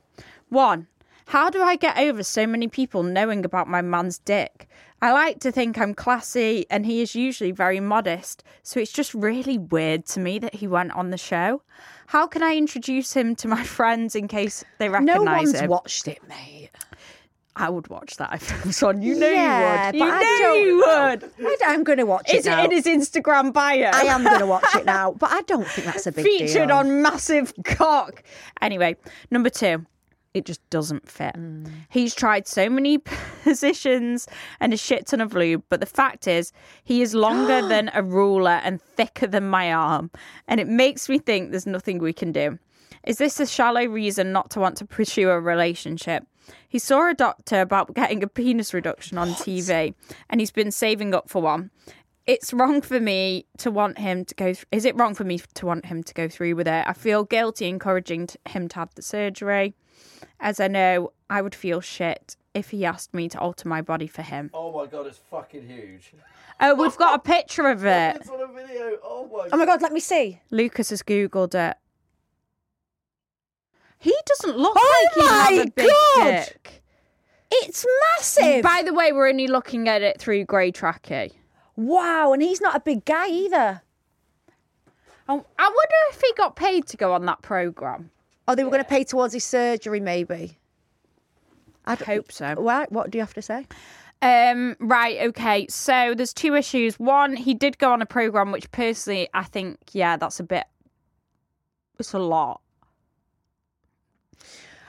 [SPEAKER 1] One, how do I get over so many people knowing about my man's dick? I like to think I'm classy, and he is usually very modest, so it's just really weird to me that he went on the show. How can I introduce him to my *laughs* friends in case they recognise
[SPEAKER 2] No one's
[SPEAKER 1] him?
[SPEAKER 2] watched it, mate.
[SPEAKER 1] I would watch that if it was on. You know
[SPEAKER 2] Yeah,
[SPEAKER 1] you would. You
[SPEAKER 2] but I
[SPEAKER 1] know
[SPEAKER 2] don't-
[SPEAKER 1] you would.
[SPEAKER 2] I, am going to watch
[SPEAKER 1] Is
[SPEAKER 2] it
[SPEAKER 1] it
[SPEAKER 2] now.
[SPEAKER 1] in his Instagram bio?
[SPEAKER 2] I am
[SPEAKER 1] *laughs*
[SPEAKER 2] going to watch it now, but I don't think that's a big deal.
[SPEAKER 1] featured on Massive Cock. Anyway, number two, it just doesn't fit.
[SPEAKER 2] Mm.
[SPEAKER 1] He's tried so many *laughs* positions and a shit ton of lube, but the fact is, he
[SPEAKER 2] *gasps*
[SPEAKER 1] is longer than a ruler and thicker than my arm, and it makes me think there's nothing we can do. Is this a shallow reason not to want to pursue a relationship? He saw a doctor about getting a penis reduction on TV, and he's been saving up for one it's wrong for me to want him to go. Th- is it wrong for me to want him to go through with it? I feel guilty encouraging t- him to have the surgery, as I know I would feel shit if he asked me to alter my body for him.
[SPEAKER 3] Oh my god, it's fucking huge.
[SPEAKER 1] Oh, we've got a picture of
[SPEAKER 2] Uh,
[SPEAKER 1] it.
[SPEAKER 3] It's on a video. Oh my.
[SPEAKER 2] Oh my god, let me see.
[SPEAKER 1] Lucas has googled it. He doesn't look
[SPEAKER 2] Oh
[SPEAKER 1] like he has
[SPEAKER 2] my
[SPEAKER 1] a big
[SPEAKER 2] God!
[SPEAKER 1] dick.
[SPEAKER 2] It's massive.
[SPEAKER 1] By the way, we're only looking at it through grey tracky.
[SPEAKER 2] wow, and he's not a big guy either.
[SPEAKER 1] Oh, I wonder if he got paid to go on that program.
[SPEAKER 2] Oh, they were going to pay towards his surgery, maybe.
[SPEAKER 1] I'd hope so.
[SPEAKER 2] Right, what do you have to say?
[SPEAKER 1] Um, right, okay. So there's two issues. One, he did go on a program, which personally I think, yeah, that's a bit. It's a lot.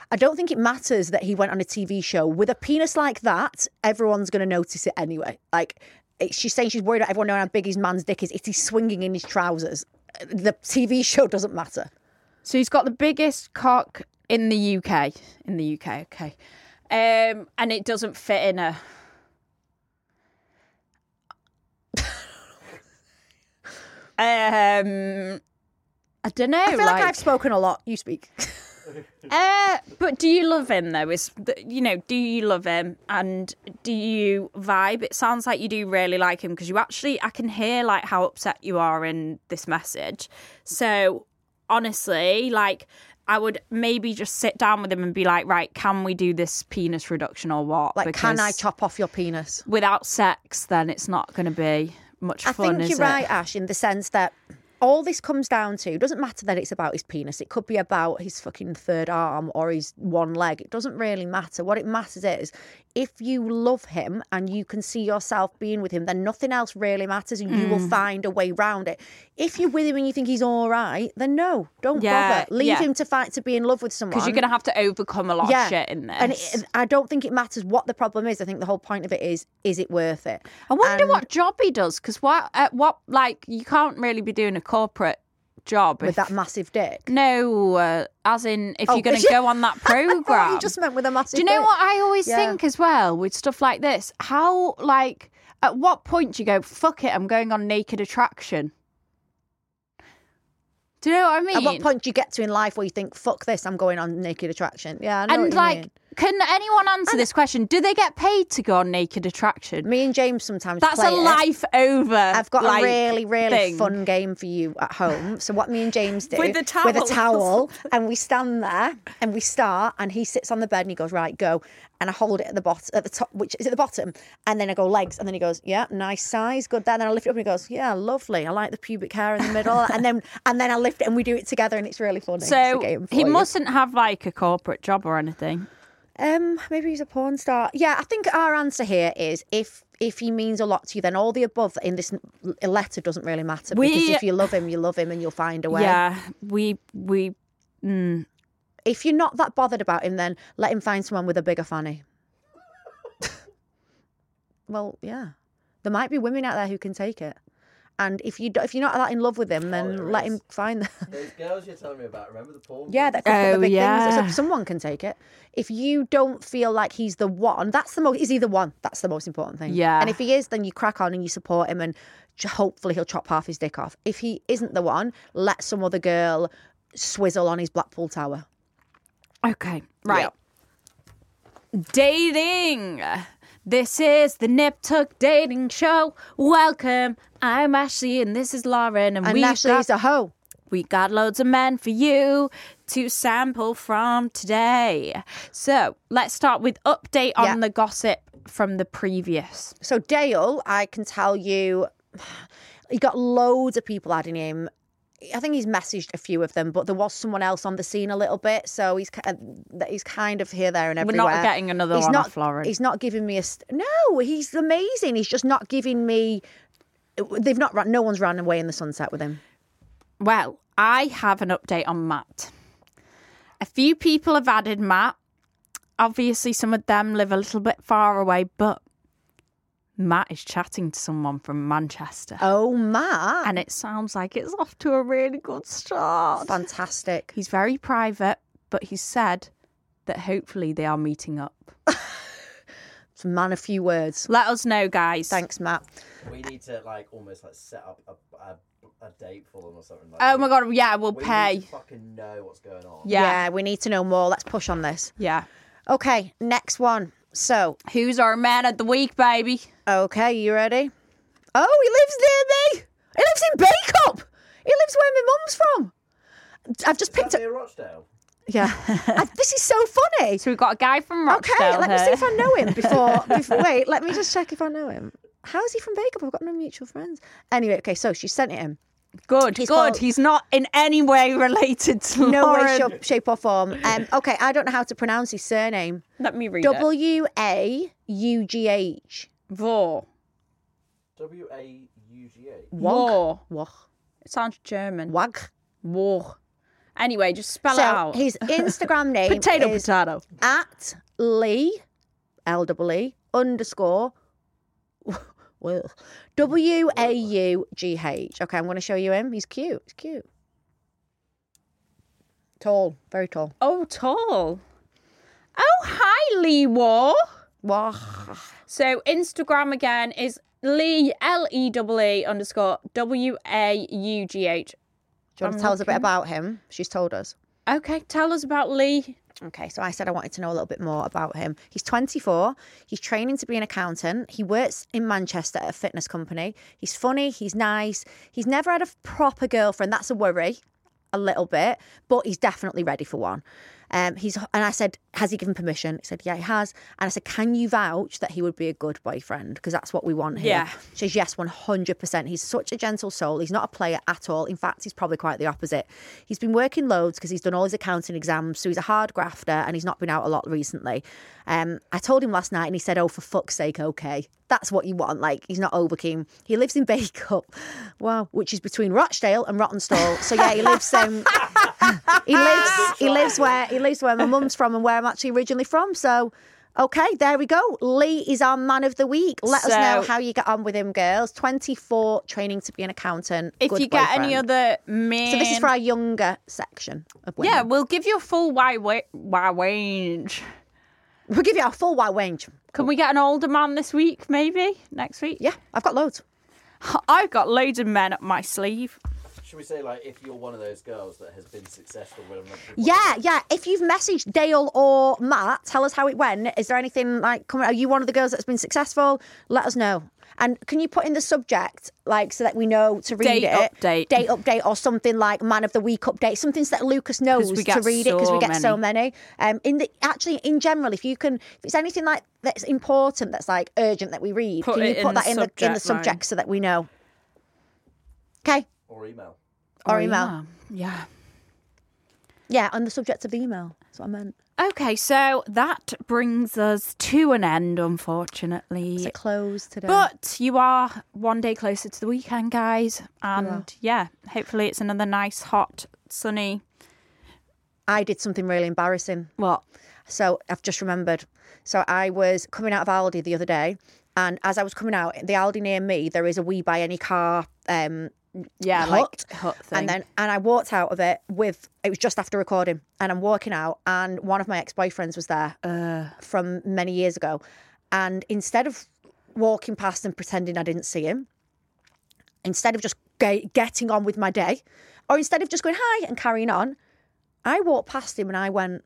[SPEAKER 2] I don't think it matters that he went on a TV show with a penis like that. Everyone's going to notice it anyway. Like it- she's saying, she's worried about everyone knowing how big his man's dick is. It is swinging in his trousers. The TV show doesn't matter.
[SPEAKER 1] So he's got the biggest cock in the UK. In the UK, okay. Um, and it doesn't fit in a. *laughs* um, I don't know.
[SPEAKER 2] I feel like, I've spoken a lot. You speak. *laughs*
[SPEAKER 1] Uh, but do you love him though? Is th- you know, do you love him and do you vibe? It sounds like you do really like him because you actually I can hear like how upset you are in this message. So honestly, like I would maybe just sit down with him and be like, right, can we do this penis reduction or what?
[SPEAKER 2] Like, can I
[SPEAKER 1] Because
[SPEAKER 2] chop off your penis?
[SPEAKER 1] without sex? Then it's not going to be much
[SPEAKER 2] I
[SPEAKER 1] fun.
[SPEAKER 2] think
[SPEAKER 1] is
[SPEAKER 2] you're
[SPEAKER 1] it?
[SPEAKER 2] right, Ash, in the sense that all this comes down to it doesn't matter that it's about his penis. It could be about his fucking third arm or his one leg. It doesn't really matter. What it matters is if you love him and you can see yourself being with him, then nothing else really matters and you
[SPEAKER 1] Mm.
[SPEAKER 2] will find a way round it. If you're with him and you think he's all right, then no, don't
[SPEAKER 1] Yeah,
[SPEAKER 2] bother. Leave
[SPEAKER 1] yeah.
[SPEAKER 2] him to fight to be in love with someone.
[SPEAKER 1] Because you're going to have to overcome a lot of shit in this.
[SPEAKER 2] And it, I don't think it matters what the problem is. I think the whole point of it is, is it worth it?
[SPEAKER 1] I wonder
[SPEAKER 2] And-
[SPEAKER 1] what job he does because what at what like you can't really be doing a corporate job
[SPEAKER 2] with
[SPEAKER 1] if-
[SPEAKER 2] that massive dick.
[SPEAKER 1] No, uh, as in if
[SPEAKER 2] Oh,
[SPEAKER 1] you're going to
[SPEAKER 2] yeah.
[SPEAKER 1] go
[SPEAKER 2] *laughs*
[SPEAKER 1] on that program.
[SPEAKER 2] you just meant with a massive
[SPEAKER 1] Oh, Do you know
[SPEAKER 2] dick.
[SPEAKER 1] what I always
[SPEAKER 2] Yeah.
[SPEAKER 1] think as well with stuff like this? How like at what point do you go fuck it? I'm going on Naked Attraction. Do you know what I mean?
[SPEAKER 2] At what point do you get to in life where you think, "Fuck this, I'm going on naked attraction"? Yeah, I know what
[SPEAKER 1] and
[SPEAKER 2] you
[SPEAKER 1] like,
[SPEAKER 2] mean.
[SPEAKER 1] can anyone answer this question? Do they get paid to go on Naked Attraction?
[SPEAKER 2] me and James sometimes.
[SPEAKER 1] That's
[SPEAKER 2] play
[SPEAKER 1] a
[SPEAKER 2] it.
[SPEAKER 1] life over.
[SPEAKER 2] I've got
[SPEAKER 1] like,
[SPEAKER 2] a really, really
[SPEAKER 1] thing.
[SPEAKER 2] fun game for you at home. So what me and James
[SPEAKER 1] *laughs*
[SPEAKER 2] do
[SPEAKER 1] With the
[SPEAKER 2] with
[SPEAKER 1] towel.
[SPEAKER 2] a towel, and we stand there and we start, and he sits on the bed and he goes, "Right, go," and I hold it at the bottom, at the top, which is at the bottom, and then I go legs, and then he goes, "Yeah, nice size, good." There, and then I lift it up and he goes, "Yeah, lovely. I like the pubic hair in the middle," and then and then I lift it and we do it together, and it's really funny. it's a
[SPEAKER 1] So
[SPEAKER 2] game for
[SPEAKER 1] he
[SPEAKER 2] you.
[SPEAKER 1] mustn't have like a corporate job or anything.
[SPEAKER 2] Um, maybe he's a porn star. Yeah, I think our answer here is if if he means a lot to you, then all the above in this l- letter doesn't really matter because
[SPEAKER 1] We-
[SPEAKER 2] if you love him, you love him, and you'll find a way.
[SPEAKER 1] Yeah, we we
[SPEAKER 2] If you're not that bothered about him, then let him find someone with a bigger
[SPEAKER 1] *laughs*
[SPEAKER 2] fanny. well, yeah, there might be women out there who can take it, and if you do, if you're not that in love with him, then
[SPEAKER 3] there
[SPEAKER 2] let
[SPEAKER 3] is.
[SPEAKER 2] him find. The-
[SPEAKER 3] Those girls you're telling me about. Remember the porn?
[SPEAKER 2] Yeah, that could put the
[SPEAKER 1] Oh,
[SPEAKER 2] big things. So
[SPEAKER 1] yeah.
[SPEAKER 2] someone can take it. If you don't feel like he's the one, that's the most. Is he the one? That's the most important thing.
[SPEAKER 1] Yeah.
[SPEAKER 2] And if he is, then you crack on and you support him, and j- hopefully he'll chop half his dick off. If he isn't the one, let some other girl swizzle on his Blackpool tower.
[SPEAKER 1] okay right dating. This is the Nip Tuck Dating Show. Welcome. I'm Ashley and this is Lauren and,
[SPEAKER 2] And
[SPEAKER 1] we've
[SPEAKER 2] Ashley
[SPEAKER 1] got
[SPEAKER 2] is a hoe.
[SPEAKER 1] We got loads of men for you to sample from today. So let's start with update on
[SPEAKER 2] Yeah.
[SPEAKER 1] the gossip from the previous.
[SPEAKER 2] So Dale, I can tell you, he got loads of people adding him. I think he's messaged a few of them, but there was someone else on the scene a little bit, so he's ki- uh, that he's kind of here, there, and
[SPEAKER 1] We're
[SPEAKER 2] everywhere.
[SPEAKER 1] not getting another
[SPEAKER 2] he's
[SPEAKER 1] one
[SPEAKER 2] not,
[SPEAKER 1] off Lauren.
[SPEAKER 2] He's not giving me a st- no. He's amazing. He's just not giving me. uh, They've not run. No one's run away in the sunset with him.
[SPEAKER 1] Well, I have an update on Matt. A few people have added Matt. Obviously, some of them live a little bit far away, but Matt is chatting to someone from Manchester.
[SPEAKER 2] Oh my!
[SPEAKER 1] And it sounds like it's off to a really good start.
[SPEAKER 2] Fantastic.
[SPEAKER 1] He's very private, but he said that hopefully they are meeting up.
[SPEAKER 2] It's a man, a few words.
[SPEAKER 1] Let us know, guys.
[SPEAKER 2] Thanks, Matt.
[SPEAKER 3] We need to like almost like set up a, a, a date for them or something. Like
[SPEAKER 1] Oh
[SPEAKER 3] that.
[SPEAKER 1] my god, yeah, we'll
[SPEAKER 3] we
[SPEAKER 1] pay.
[SPEAKER 3] Need to fucking know what's going on.
[SPEAKER 1] Yeah.
[SPEAKER 2] yeah, we need to know more. Let's push on this.
[SPEAKER 1] yeah.
[SPEAKER 2] Okay, next one. So
[SPEAKER 1] Who's our man of the week, baby?
[SPEAKER 2] Okay, you ready? Oh, he lives near me. He lives in Bakeup. He lives where my mum's from. I've just picked
[SPEAKER 3] Is that
[SPEAKER 2] up.
[SPEAKER 3] near Rochdale?
[SPEAKER 2] Yeah,
[SPEAKER 1] *laughs*
[SPEAKER 2] I- this is so funny.
[SPEAKER 1] So we've got a guy from
[SPEAKER 2] Okay,
[SPEAKER 1] Rochdale.
[SPEAKER 2] let me see
[SPEAKER 1] here.
[SPEAKER 2] if I know
[SPEAKER 1] *laughs*
[SPEAKER 2] him before. before wait, let me just check if I know him. How is he from Bakeup? I've got no mutual friends. Anyway, okay, so she sent it him.
[SPEAKER 1] Good,
[SPEAKER 2] He's
[SPEAKER 1] good.
[SPEAKER 2] called-
[SPEAKER 1] He's not in any way related to
[SPEAKER 2] No
[SPEAKER 1] Lauren.
[SPEAKER 2] way, shape, shape or form. Um, okay, I don't know how to pronounce his surname.
[SPEAKER 1] Let me read it.
[SPEAKER 2] W A U G H.
[SPEAKER 1] Vor.
[SPEAKER 3] W A U G A.
[SPEAKER 1] War.
[SPEAKER 2] Wag.
[SPEAKER 1] It sounds German.
[SPEAKER 2] Wag.
[SPEAKER 1] War. Anyway, just spell it
[SPEAKER 2] So
[SPEAKER 1] out. *laughs*
[SPEAKER 2] his Instagram name
[SPEAKER 1] potato,
[SPEAKER 2] is
[SPEAKER 1] potato.
[SPEAKER 2] at Lee, L double E underscore, *laughs* well, W A U G H. Okay, I'm going to show you him. He's cute. He's cute. Tall, very tall.
[SPEAKER 1] Oh, tall. Oh, hi, Lee War.
[SPEAKER 2] Wah.
[SPEAKER 1] So Instagram again is Lee L E W E underscore W A U G H.
[SPEAKER 2] Do you want to tell us a bit about him? She's told us.
[SPEAKER 1] Okay, tell us about Lee.
[SPEAKER 2] Okay, so I said I wanted to know a little bit more about him. He's 24. He's training to be an accountant. He works in Manchester at a fitness company. He's funny. He's nice. He's never had a proper girlfriend. That's a worry, a little bit, but he's definitely ready for one. Um, he's and I said, has he given permission? He said, yeah, he has. And I said, can you vouch that he would be a good boyfriend? Because that's what we want here.
[SPEAKER 1] Yeah.
[SPEAKER 2] She says, yes, 100%. He's such a gentle soul. He's not a player at all. In fact, he's probably quite the opposite. He's been working loads because he's done all his accounting exams. So he's a hard grafter and he's not been out a lot recently. Um, I told him last night and he said, oh, for fuck's sake, okay. That's what you want. Like, he's not overkeen. He lives in Bakeup, wow, which is between Rochdale and Rottenstall. So yeah, he lives. Um, he
[SPEAKER 1] Ah!
[SPEAKER 2] lives. He lives where he lives where my mum's from and where I'm actually originally from. So. Okay, there we go. Lee is our man of the week. Let us know
[SPEAKER 1] So-
[SPEAKER 2] how you get on with him, girls. 24, training to be an accountant.
[SPEAKER 1] If
[SPEAKER 2] Good
[SPEAKER 1] you get
[SPEAKER 2] boyfriend.
[SPEAKER 1] any other man,
[SPEAKER 2] So, this is for our younger section of women.
[SPEAKER 1] yeah, we'll give you a full wide wa- wide range.
[SPEAKER 2] We'll give you our full wide range.
[SPEAKER 1] Can we get an older man this week, maybe? Next week?
[SPEAKER 2] Yeah, I've got loads.
[SPEAKER 1] I've got loads of men up my sleeve.
[SPEAKER 3] Should we say like if you're one of those girls that has been successful with another
[SPEAKER 2] Yeah, yeah. If you've messaged Dale or Matt, tell us how it went. Is there anything like coming? Are you one of the girls that's been successful? Let us know. And can you put in the subject like so that we know to read
[SPEAKER 1] Date
[SPEAKER 2] it?
[SPEAKER 1] update.
[SPEAKER 2] date update, or something like man of the week update, something so that Lucas knows
[SPEAKER 1] we
[SPEAKER 2] to
[SPEAKER 1] get
[SPEAKER 2] read it because we
[SPEAKER 1] so
[SPEAKER 2] get so many. Um, in the actually in general, if you can, if it's anything like that's important, that's like urgent that we read,
[SPEAKER 1] Put
[SPEAKER 2] can you
[SPEAKER 1] it in
[SPEAKER 2] put
[SPEAKER 1] the
[SPEAKER 2] that in the in the
[SPEAKER 1] subject line.
[SPEAKER 2] subject so that we know? Okay,
[SPEAKER 3] or email?
[SPEAKER 2] or email.
[SPEAKER 1] Oh, Yeah.
[SPEAKER 2] Yeah, on the subject of the email. That's what I meant.
[SPEAKER 1] Okay, so that brings us to an end, unfortunately.
[SPEAKER 2] It's a close today.
[SPEAKER 1] But you are one day closer to the weekend, guys. And yeah, hopefully it's another nice, hot, sunny.
[SPEAKER 2] I did something really embarrassing.
[SPEAKER 1] What?
[SPEAKER 2] So I've just remembered. So I was coming out of Aldi the other day, and as I was coming out, the Aldi near me, there is a We Buy Any Car. Um,
[SPEAKER 1] Yeah,
[SPEAKER 2] hut.
[SPEAKER 1] like hot thing.
[SPEAKER 2] and then and I walked out of it with it was just after recording, and I'm walking out, and one of my ex boyfriends was there uh, from many years ago, and instead of walking past and pretending I didn't see him, instead of just ge- getting on with my day, or instead of just going hi and carrying on, I walked past him and I went.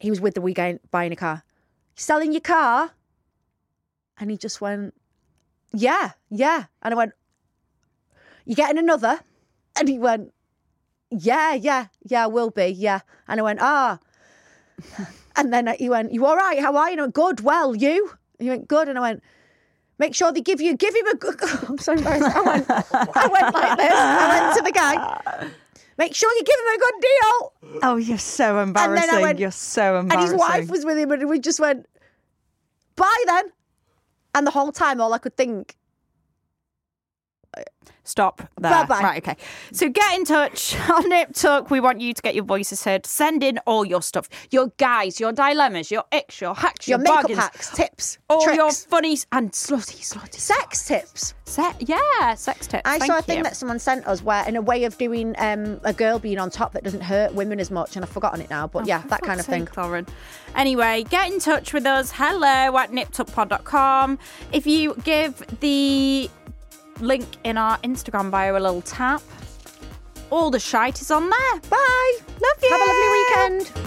[SPEAKER 2] He was with the weekend buying a car, selling your car, and he just went, yeah, yeah, and I went, you getting another? And he went, Yeah, yeah, yeah, I will be, yeah. And I went, Ah. *laughs* and then he went, You all right? How are you? And I went, Good, well, you? And he went, Good. And I went, Make sure they give you, give him a good. *laughs* I'm so embarrassed. I went, I went like this. I went to the guy. Make sure you give him a good deal.
[SPEAKER 4] Oh, you're so embarrassing.
[SPEAKER 2] went-
[SPEAKER 4] you're so
[SPEAKER 2] And
[SPEAKER 4] embarrassing.
[SPEAKER 2] his wife was with him, and we just went, bye then. And the whole time, all I could think,
[SPEAKER 1] Stop there.
[SPEAKER 2] Bye-bye.
[SPEAKER 1] Right, okay. So get in touch *laughs* on Nip Tuck. We want you to get your voices heard. Send in all your stuff, your guys, your dilemmas, your icks, your hacks,
[SPEAKER 2] your
[SPEAKER 1] your,
[SPEAKER 2] makeup
[SPEAKER 1] bargains,
[SPEAKER 2] hacks, tips,
[SPEAKER 1] all
[SPEAKER 2] tricks,
[SPEAKER 1] your funnies and slutty, slutty,
[SPEAKER 2] sex tips.
[SPEAKER 1] se- yeah, sex tips.
[SPEAKER 2] I
[SPEAKER 1] Thank
[SPEAKER 2] saw a
[SPEAKER 1] you.
[SPEAKER 2] thing that someone sent us where, in a way of doing um, a girl being on top that doesn't hurt women as much, and I've forgotten it now, but yeah,
[SPEAKER 1] Oh, For
[SPEAKER 2] that kind of
[SPEAKER 1] fuck's
[SPEAKER 2] thing.
[SPEAKER 1] sake, Lauren. Anyway, get in touch with us. Hello at niptuppod.com. If you give the link in our Instagram bio a little tap, all the shite is on there.
[SPEAKER 2] Bye.
[SPEAKER 1] Love you.
[SPEAKER 2] Have a lovely weekend.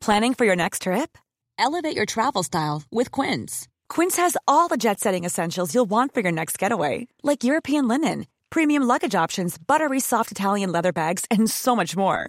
[SPEAKER 5] Planning for your next trip? Elevate your travel style with Quince. Quince has all the jet setting essentials you'll want for your next getaway, like European linen, premium luggage options, buttery soft Italian leather bags, and so much more.